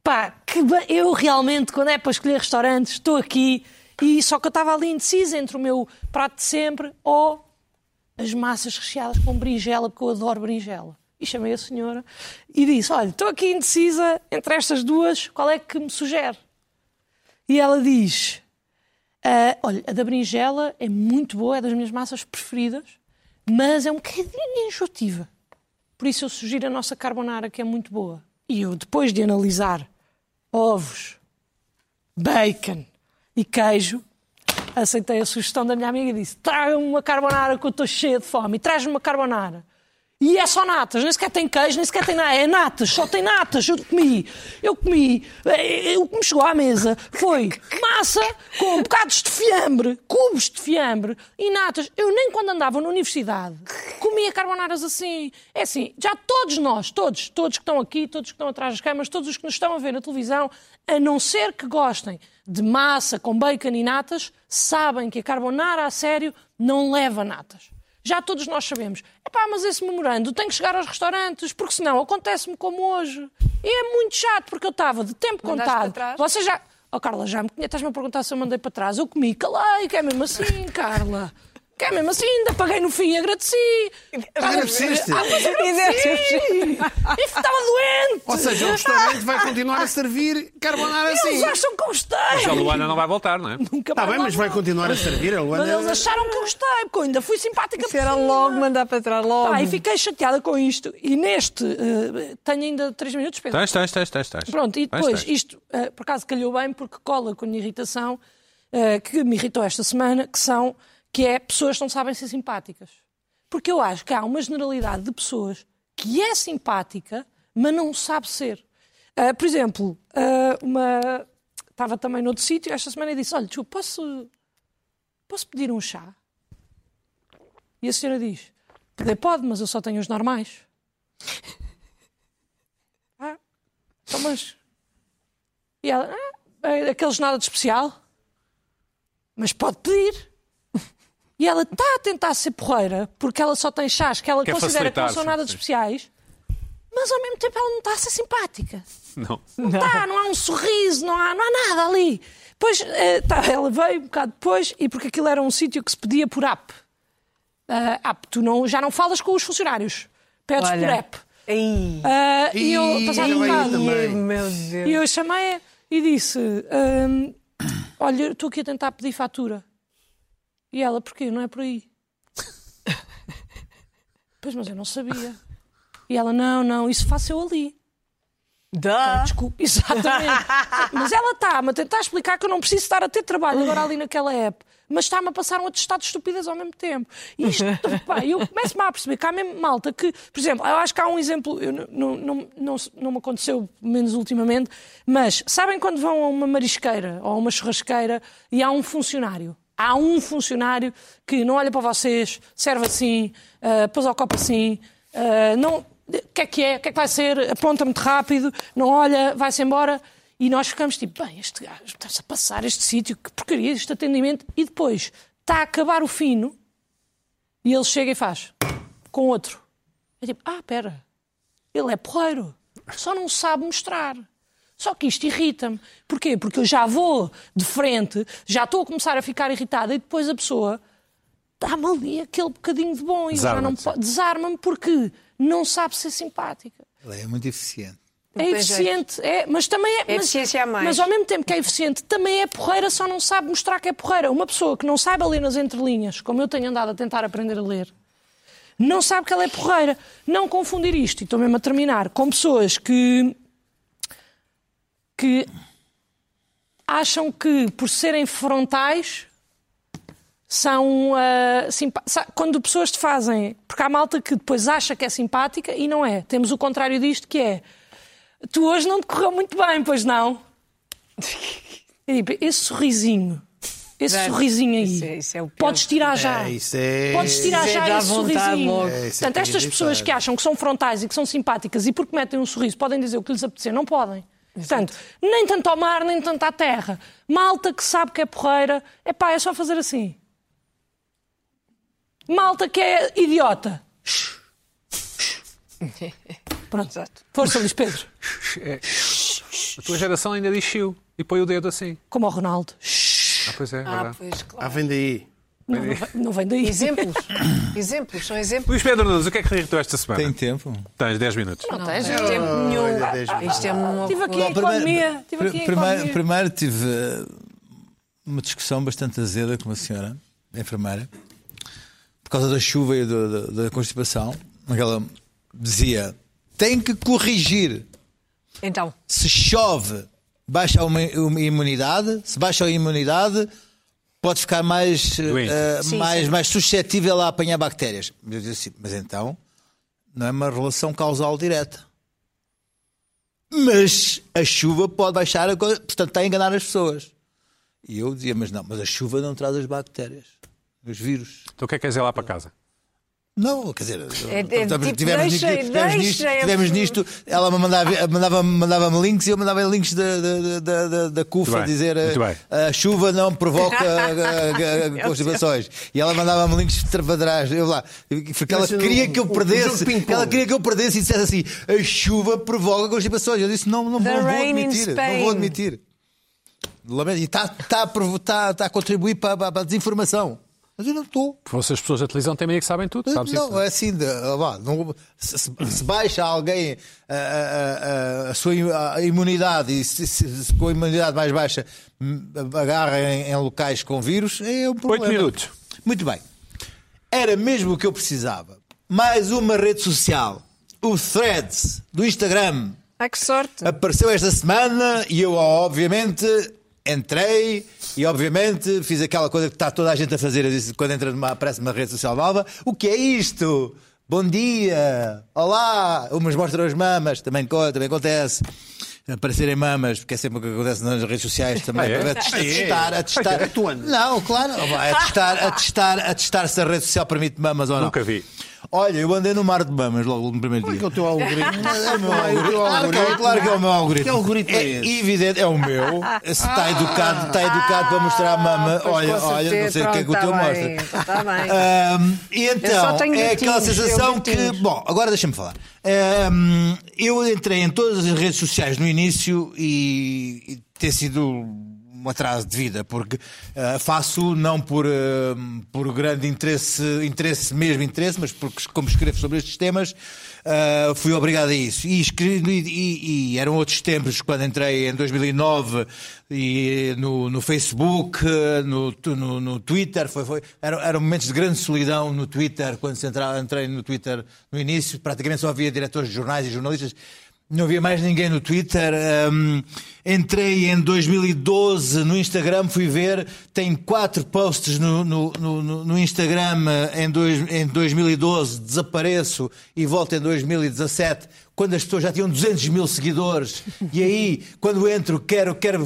Pá, que ba- eu realmente, quando é para escolher restaurantes, estou aqui. E só que eu estava ali indecisa entre o meu prato de sempre ou as massas recheadas com berinjela, porque eu adoro berinjela. E chamei a senhora e disse: Olha, estou aqui indecisa entre estas duas, qual é que me sugere? E ela diz: ah, Olha, a da berinjela é muito boa, é das minhas massas preferidas, mas é um bocadinho enjoativa. Por isso eu sugiro a nossa carbonara, que é muito boa. E eu, depois de analisar ovos, bacon e queijo, aceitei a sugestão da minha amiga e disse: traga-me uma carbonara que eu estou cheia de fome, e traz-me uma carbonara. E é só natas, nem sequer tem queijo, nem sequer tem nada, é natas, só tem natas. Eu comi, eu comi, eh, o que me chegou à mesa foi massa com bocados de fiambre, cubos de fiambre e natas. Eu nem quando andava na universidade comia carbonaras assim. É assim, já todos nós, todos, todos que estão aqui, todos que estão atrás das câmaras, todos os que nos estão a ver na televisão, a não ser que gostem de massa com bacon e natas, sabem que a carbonara a sério não leva natas. Já todos nós sabemos. Epá, mas esse memorando tem que chegar aos restaurantes, porque senão acontece-me como hoje. E é muito chato, porque eu estava de tempo
Mandaste
contado.
para trás?
Você já. Oh, Carla, já me conhe- Estás-me a perguntar se eu mandei para trás. Eu comi, calei, que é mesmo assim, Carla. Que é mesmo assim, ainda paguei no fim e agradeci.
Agradeceste?
Ah, mas
um
agradeci. E estava doente.
Ou seja, o restaurante vai continuar a servir carbonara assim.
Eles acham que eu gostei.
Mas a Luana não vai voltar, não é?
Nunca
Está Tá
mais
bem,
lá
mas vai
vou.
continuar a servir a
Mas eles
Luana.
acharam que eu gostei, porque eu ainda fui simpática
Isso era logo mandar para trás, logo.
Pá, e fiquei chateada com isto. E neste, eh, tenho ainda três minutos, Pedro.
Tens, tens, tens, tens, tens.
Pronto, e
Tens,
depois,
tens.
isto eh, por acaso calhou bem porque cola com a minha irritação, eh, que me irritou esta semana, que são que é pessoas que não sabem ser simpáticas. Porque eu acho que há uma generalidade de pessoas que é simpática, mas não sabe ser. Eh, por exemplo, eh, uma estava também noutro sítio esta semana e disse: Olha, desculpa, posso, posso pedir um chá? E a senhora diz: Poder pode, mas eu só tenho os normais. ah, então, mas. E ela: ah, eh, Aqueles nada de especial. Mas pode pedir. E ela está a tentar ser porreira, porque ela só tem chás que ela
Quer
considera que não
facilitar,
são
sim,
nada de
sim.
especiais. Mas ao mesmo tempo ela não está a ser simpática.
Não.
Não está, não há um sorriso, não há, não há nada ali. Pois, eh, tá, ela veio um bocado depois, e porque aquilo era um sítio que se pedia por app. Ah, app, tu não, já não falas com os funcionários, pedes por
Olha.
app.
Ei,
Ah, e eu,
Ih,
passado um
já vai aí
bocado,
também.
meu Deus.
e eu chamei e disse: "Ahm, Olha, eu estou aqui a tentar pedir fatura. E ela: Porquê? Não é por aí. pois, mas eu não sabia. E ela: Não, não, isso faço eu ali.
Dá.
Desculpe, exatamente. Mas ela está-me a tentar explicar que eu não preciso estar a ter trabalho agora ali naquela app. Mas está-me a passar um atestado de estupidez ao mesmo tempo. E isto, pá, eu começo-me a perceber que há mesmo malta que, por exemplo, eu acho que há um exemplo, eu não, não, não, não, não me aconteceu menos ultimamente, mas sabem quando vão a uma marisqueira ou a uma churrasqueira e há um funcionário? Há um funcionário que não olha para vocês, serve assim, ah, pôs ao copo assim, ah, não, o que é que é, o que é que vai ser, aponta muito rápido, não olha, vai-se embora. E nós ficamos tipo, bem, este gajo está-se a passar este sítio, que porcaria, este atendimento. E depois está a acabar o fino e ele chega e faz com outro. É tipo, ah, pera, ele é porreiro, só não sabe mostrar. Só que isto irrita-me. Porquê? Porque eu já vou de frente, já estou a começar a ficar irritada e depois a pessoa dá-me ali aquele bocadinho de bom e eu já não
Desarma-te.
po- desarma-me porque não sabe ser simpática.
Ela é muito eficiente.
É
tem
eficiente, é, mas também é.
É
mas,
eficiência a mais.
mas ao mesmo tempo que é eficiente, também é porreira, só não sabe mostrar que é porreira. Uma pessoa que não sabe ler nas entrelinhas, como eu tenho andado a tentar aprender a ler, não sabe que ela é porreira. Não confundir isto, e estou mesmo a terminar, com pessoas que. que acham que, por serem frontais, são. ah, simpa- sa- Quando pessoas te fazem. Porque há malta que depois acha que é simpática e não é. Temos o contrário disto, que é. Tu hoje não te correu muito bem, pois não? E, tipo, esse sorrisinho. Esse
Exato.
sorrisinho aí.
Isso é- isso é o pior.
podes tirar já.
É, isso é-
Ah. Podes tirar
Isso é
já
dar
esse
vontade
sorrisinho.
logo.
É, isso é
Portanto,
que é
estas pessoas
irritante.
que acham que são frontais e que são simpáticas e porque metem um sorriso podem dizer o que lhes apetecer, não podem. Portanto, nem tanto ao mar, nem tanto à terra. Malta que sabe que é porreira, é pá, é só fazer assim. Malta que é idiota. Pronto, força Luís Pedro.
É, A tua geração ainda diz chiu e põe o dedo assim.
Como ao Ronaldo.
Ah, pois é,
Ah,
verdade.
pois, claro.
Ah, vem daí.
Não, não vem- não vem daí.
Exemplos. Exemplos, são exemplos.
Luís Pedro Nunes, o que é que te irritou esta semana?
Tem tempo?
Tens 10 minutos.
Não tens
é
tempo
Olha,
nenhum.
dez minutos.
Isto é uma.
Estive aqui em
Bom, primeiro-
economia. Estive
pri-
aqui em
primeiro,
economia.
primeiro tive eh, uma discussão bastante azeda com uma senhora, enfermeira, por causa da chuva e do- da, da constipação. Ela dizia: tem que corrigir.
Então,
Se chove, baixa uma, uma imunidade. Se baixa a imunidade, pode ficar mais,
Doente.
eh,
Sim,
mais,
sim.
mais suscetível a apanhar bactérias. Mas eu digo assim, mas então, não é uma relação causal direta. Mas a chuva pode baixar a coisa, portanto está a enganar as pessoas. E eu dizia, mas não, mas a chuva não traz as bactérias, os vírus.
Então o que é que queres ir lá para casa?
Não, quer dizer,
é
estamos-
tipo,
tivemos,
deixa-
nisto, tivemos,
deixa-
nisto, tivemos nisto, ela me mandava, mandava, mandava-me links e eu mandava links da, da, da, da, da CUFA
Muito
a
bem,
dizer eh,
muito bem.
a chuva não provoca eh, eh, constipações. E ela mandava-me links de para trás. Eu lá, porque ela
Mas o-
queria que eu
o- o jogo
perdesse,
de ping-pong.
ela queria que eu perdesse e dissesse assim: a chuva provoca constipações. Eu disse: não, não,
The
vou, vou
rain in
admitir, não
Spain.
vou admitir. Lamento. E está tá, a provo- tá, tá a contribuir para, para, para a desinformação. Mas eu não estou.
Porque vocês, as pessoas da televisão, têm meio que sabem tudo, sabes
Não,
isso?
é assim, de- ah, vá, não- se, se- se baixa alguém ah, ah, ah, a, sua im- a imunidade e se, se- se com a imunidade mais baixa hum, agarra em, em locais com vírus, é um problema.
minutos.
Muito bem. Era mesmo o que eu precisava. Mais uma rede social. O Threads do Instagram
Ai, que sorte.
apareceu esta semana e eu, obviamente, entrei e, obviamente, fiz aquela coisa que está toda a gente a fazer Eu disse, quando entra numa, aparece numa rede social nova: o que é isto? Bom dia! Olá! Umas mostram as mamas, também, co- também acontece. Aparecerem mamas, porque é sempre o que acontece nas redes sociais também.
Ah, é?
A testar, a testar.
Ah, é? Tu andas.
Não, claro, a testar, a testar, a testar se a rede social permite mamas ou não.
Nunca vi.
Olha, eu andei no mar de mamas logo no primeiro
Como é
dia.
que é o teu algoritmo?
É o meu algoritmo. Claro que é- Claro que é o meu algoritmo.
Que algoritmo é esse?
evidente, é o meu. Se está educado, está educado para mostrar a mama.
Ah. Pois,
Olha,
com
olha, não
certeza.
sei o que é que o
Pronto,
teu
tá
mostra.
bem, tá bem.
Ahm, e
só
então,
tenho
é aquela
gatinhos, eu um.
sensação que.
gatinhos.
Bom, agora deixa-me falar. Ahm, eu entrei em todas as redes sociais no início e, e ter sido um atraso de vida, porque ah, faço não por, ahm, por grande interesse, interesse mesmo interesse, mas porque como escrevo sobre estes temas, ah, fui obrigado a isso. E, escrevi, e, e eram outros tempos, quando entrei em 2009 e no, no Facebook, eh, no, tu- no, no Twitter, foi, foi, eram, eram momentos de grande solidão no Twitter, quando se entra- entrei no Twitter no início, praticamente só havia diretores de jornais e jornalistas, não havia mais ninguém no Twitter. Hum, entrei em 2012 no Instagram, fui ver, tenho quatro posts no, no, no- no- no Instagram eh, em, dois, em 2012, desapareço e volto em 2017, quando as pessoas já tinham 200 mil seguidores. E aí, quando entro, quero, quero,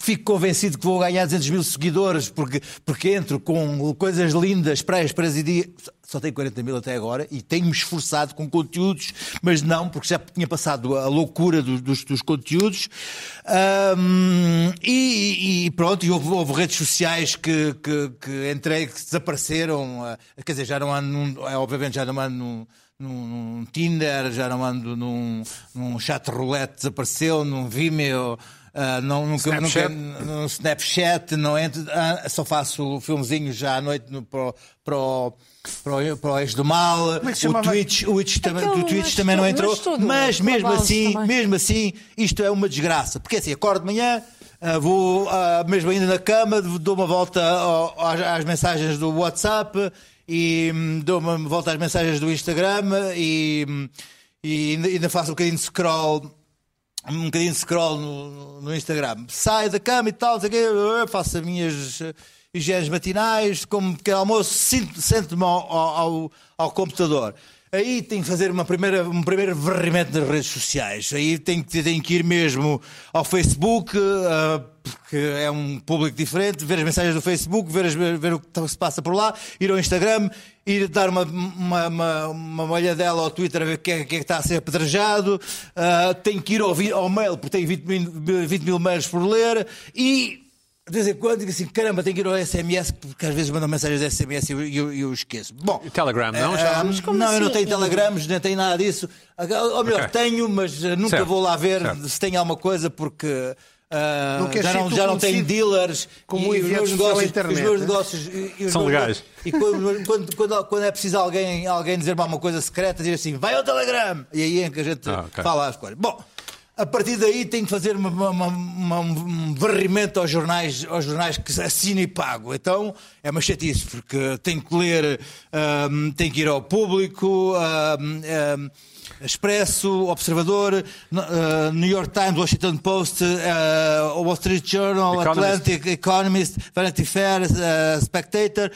fico convencido que vou ganhar 200 mil seguidores, porque, porque entro com coisas lindas, praias, presidias. Só tenho 40 mil até agora e tenho-me esforçado com conteúdos, mas não, porque já tinha passado a loucura dos, dos- dos conteúdos. Ahm, e, e pronto, e houve, houve redes sociais que, que- que entrei, que desapareceram. ah, Quer dizer, já não ando, num, é, obviamente, já não ando num, num- num Tinder, já não ando num, num chat roulette, desapareceu, num Vimeo. ah, não, nunca,
Snapchat?
nunca- no Snapchat, não entro, ah, só faço filmezinhos já à noite no, pro, pro, pro, pro Ex do Mal.
é que se
o
chamava?
Twitch, o Twitch também,
Aquele
do Twitch
Então,
também
mas tudo-
não
mas
entrou. Mas,
tudo,
mesmo
Clubhouse
assim,
também.
mesmo assim, isto é uma desgraça. Porque assim, acordo de manhã, ah, vou ah, mesmo ainda na cama, dou uma volta ao- às, às mensagens do WhatsApp e hum, dou uma volta às mensagens do Instagram e, hum, e ainda, ainda faço um bocadinho de scroll um bocadinho de scroll no, no- no Instagram. Saio da cama e tal, não sei o quê, eh, faço as minhas eh, higienes matinais, como um pequeno almoço, sinto- sento-me ao, ao- ao- ao computador. Aí tenho que fazer uma primeira, um primeiro varrimento nas redes sociais. Aí tenho que, tenho que ir mesmo ao Facebook, eh, porque é um público diferente, ver as mensagens do Facebook, ver, as- ver o que tá, se passa por lá, ir ao Instagram, ir dar uma, uma, uma, uma molhadela ao Twitter a ver quem é, quem é que está a ser apedrejado, ah, tenho que ir ao, vi- ao mail porque tenho 20 mil, 20 mil mails por ler e de vez em quando digo assim, caramba, tenho que ir ao SMS porque às vezes mandam mensagens de SMS e eu, eu, eu esqueço. Bom,
Telegram, não?
ah,
Já?
não, eu não tenho telegramos, nem tenho nada disso. Ou melhor,
Ok.
tenho, mas eh, nunca
Certo,
vou lá ver
certo.
se tem alguma coisa porque ah,
Não queres
já
ser
não,
tu
já não tenho
conhecido
dealers
como
e os
enviado
meus
social à
negócios,
internet,
os meus
né?
negócios e- e os
São
meus-
legais.
E quando, quando, quando, quando é preciso alguém, alguém dizer-me alguma coisa secreta, dizer assim, vai ao Telegram. E aí é que a gente
Ah, ok.
fala as coisas. Bom, A partir daí tenho que fazer uma, uma, uma- uma- um varrimento aos jornais, aos jornais que assino e pago. Então é uma chatice, porque tenho que ler, ahm, tenho que ir ao público, ahm, ahm, Expresso, Observador, no- ah, New York Times, Washington Post, ah, Wall Street Journal,
Economist.
Atlantic, Economist, Vanity Fair, ah, Spectator.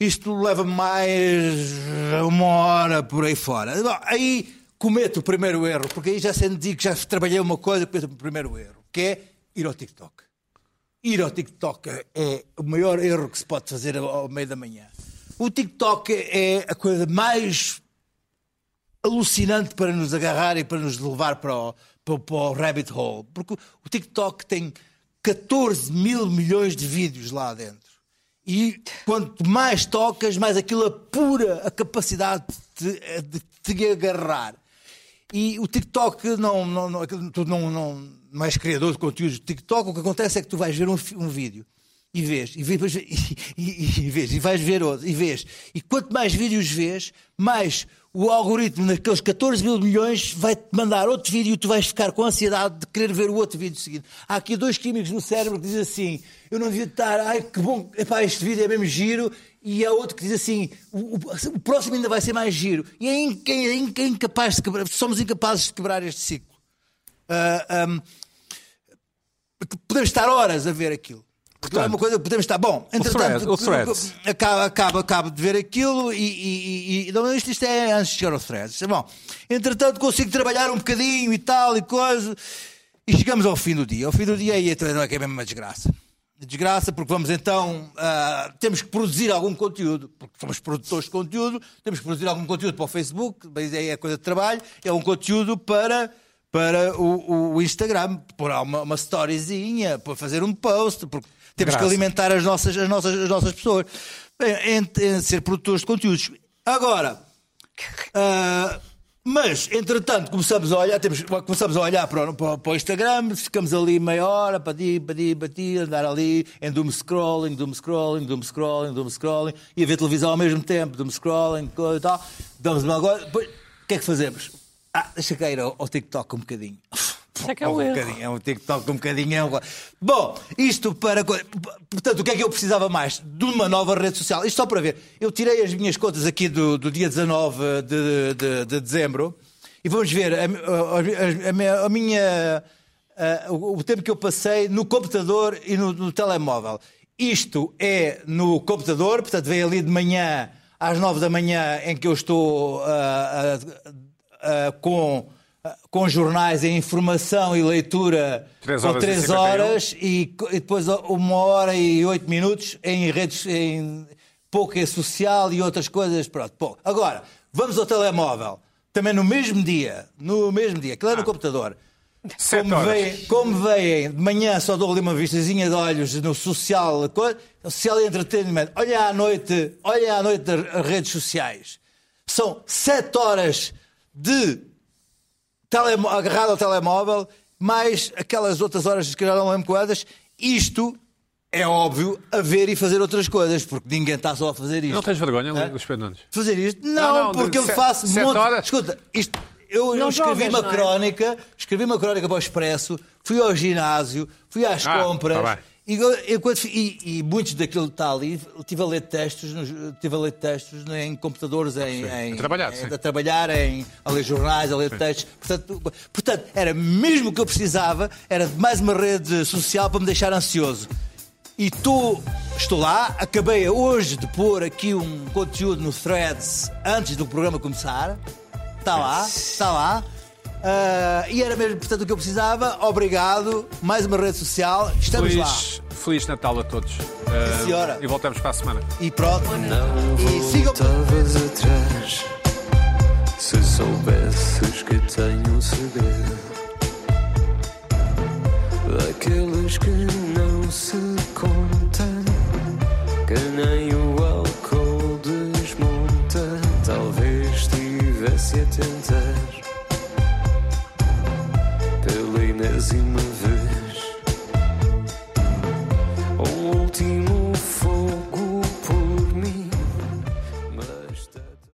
Isto leva mais uma hora por aí fora. Bom, aí cometo o primeiro erro, porque aí já sempre digo que já trabalhei uma coisa, cometo o primeiro erro, que é ir ao TikTok. Ir ao TikTok é o maior erro que se pode fazer ao- ao meio da manhã. O TikTok é a coisa mais alucinante para nos agarrar e para nos levar para o, para, o- para o rabbit hole. Porque o TikTok tem 14 mil milhões de vídeos lá dentro. E quanto mais tocas, mais aquilo apura a capacidade de te, de te agarrar. E o TikTok, não, não, não, aquilo- tu não, não, não és criador de conteúdos do TikTok, o que acontece é que tu vais ver um, fi- um vídeo e vês, e, vês, depois- e, e- e vês, e vais ver outro, e vês. E quanto mais vídeos vês, mais o algoritmo naqueles 14 mil milhões vai-te mandar outro vídeo e tu vais ficar com ansiedade de querer ver o outro vídeo seguinte. Há aqui dois químicos no cérebro que dizem assim, eu não devia estar, ai que bom, epá, este vídeo é mesmo giro, e há outro que diz assim: o, o- o próximo ainda vai ser mais giro. E é, in- é in- é incapaz de quebrar, somos incapazes de quebrar este ciclo. Ah, ahm, podemos estar horas a ver aquilo. Porque é
Portanto,
uma coisa que podemos estar. Bom, entretanto,
thread- o threads.
acabo, acabo, acabo de ver aquilo e. e, e- e- não, isto, isto é antes de chegar ao threads. Bom, entretanto, consigo trabalhar um bocadinho e tal e coisa. E chegamos ao fim do dia. Ao fim do dia, e também não é que é mesmo uma desgraça. Desgraça, porque vamos então. ah, temos que produzir algum conteúdo, porque somos produtores de conteúdo, temos que produzir algum conteúdo para o Facebook, mas aí é coisa de trabalho, é um conteúdo para para o, o Instagram, pôr lá uma, uma storyzinha, para fazer um post, porque temos que
Graça.
alimentar as nossas, as nossas, as nossas pessoas, Bem, em, em ser produtores de conteúdos. Agora, ah, mas, entretanto, começamos a olhar, temos, começamos a olhar para, o- para o- para o Instagram, ficamos ali meia hora, bati, bati, bati, andar ali em doom scrolling, doom scrolling, doom scrolling, doom scrolling, e a ver televisão ao mesmo tempo, doom scrolling, coisa e tal. Damos uma agora. Depois, o que é que fazemos? Ah, deixa cá ir ao, ao TikTok um bocadinho.
é que é o
Oh,
um
erro.
bocadinho, é um TikTok um bocadinho. é um- Bom, isto para. co- Portanto, o que é que eu precisava mais? De uma nova rede social. Isto só para ver. Eu tirei as minhas contas aqui do, do dia 19 de, de, de dezembro e vamos ver a, mi- a- a- a minha. a minha- a- o o tempo que eu passei no computador e no, no telemóvel. Isto é no computador, portanto, vem ali de manhã, às 9 da manhã, em que eu estou ah, ah, ah, com, ah, com jornais em informação e leitura
Três
com
horas e
3
51.
horas e, co- e depois uma hora e oito minutos em redes em pouco é social e outras coisas. Pronto. Bom, agora, vamos ao telemóvel. Também no mesmo dia, no mesmo dia, que lá
Ah.
no computador.
Sete
Como
horas.
veem, como veem, de manhã só dou ali uma vistazinha de olhos no social, co- social e entretenimento. Olha à noite, olha à noite as redes sociais. São sete horas de telemo- agarrado ao telemóvel, mais aquelas outras horas que eu já não lembro quantas, isto é óbvio a ver e fazer outras coisas, porque ninguém está só a fazer isto.
Não tens vergonha,
É?
Luís Pedro Nunes?
Fazer isto?
Não,
Não,
não,
porque eu
sete-
faço
sete
monte-
horas.
Escuta, isto, eu, eu
Não
escrevi
jogas,
uma
não é?
crónica, escrevi uma crónica para o Expresso, fui ao ginásio, fui às
Ah,
compras.
tá bem.
E, eu- eu quando fi- e- e muitos daquilo que está ali, estive a ler textos, nos- estive a ler textos em computadores, em, em-
a trabalhar,
em-
sim.
a trabalhar, em, a ler jornais, a ler textos. Portanto, portanto, era mesmo o que eu precisava, era de mais uma rede social para me deixar ansioso. E estou, estou lá, acabei hoje de pôr aqui um conteúdo no Threads antes do programa começar. Está lá, está lá. Ah, e era mesmo, portanto, o que eu precisava. Obrigado. Mais uma rede social. Estamos lá.
Feliz, feliz Natal a todos. Ah,
senhora.
e voltamos para a semana.
E pronto.
Não
E sigam.
voltavas atrás Se soubesses que tenho um segredo Daqueles que não se contam Que nem o álcool desmonta Talvez tivesse até Um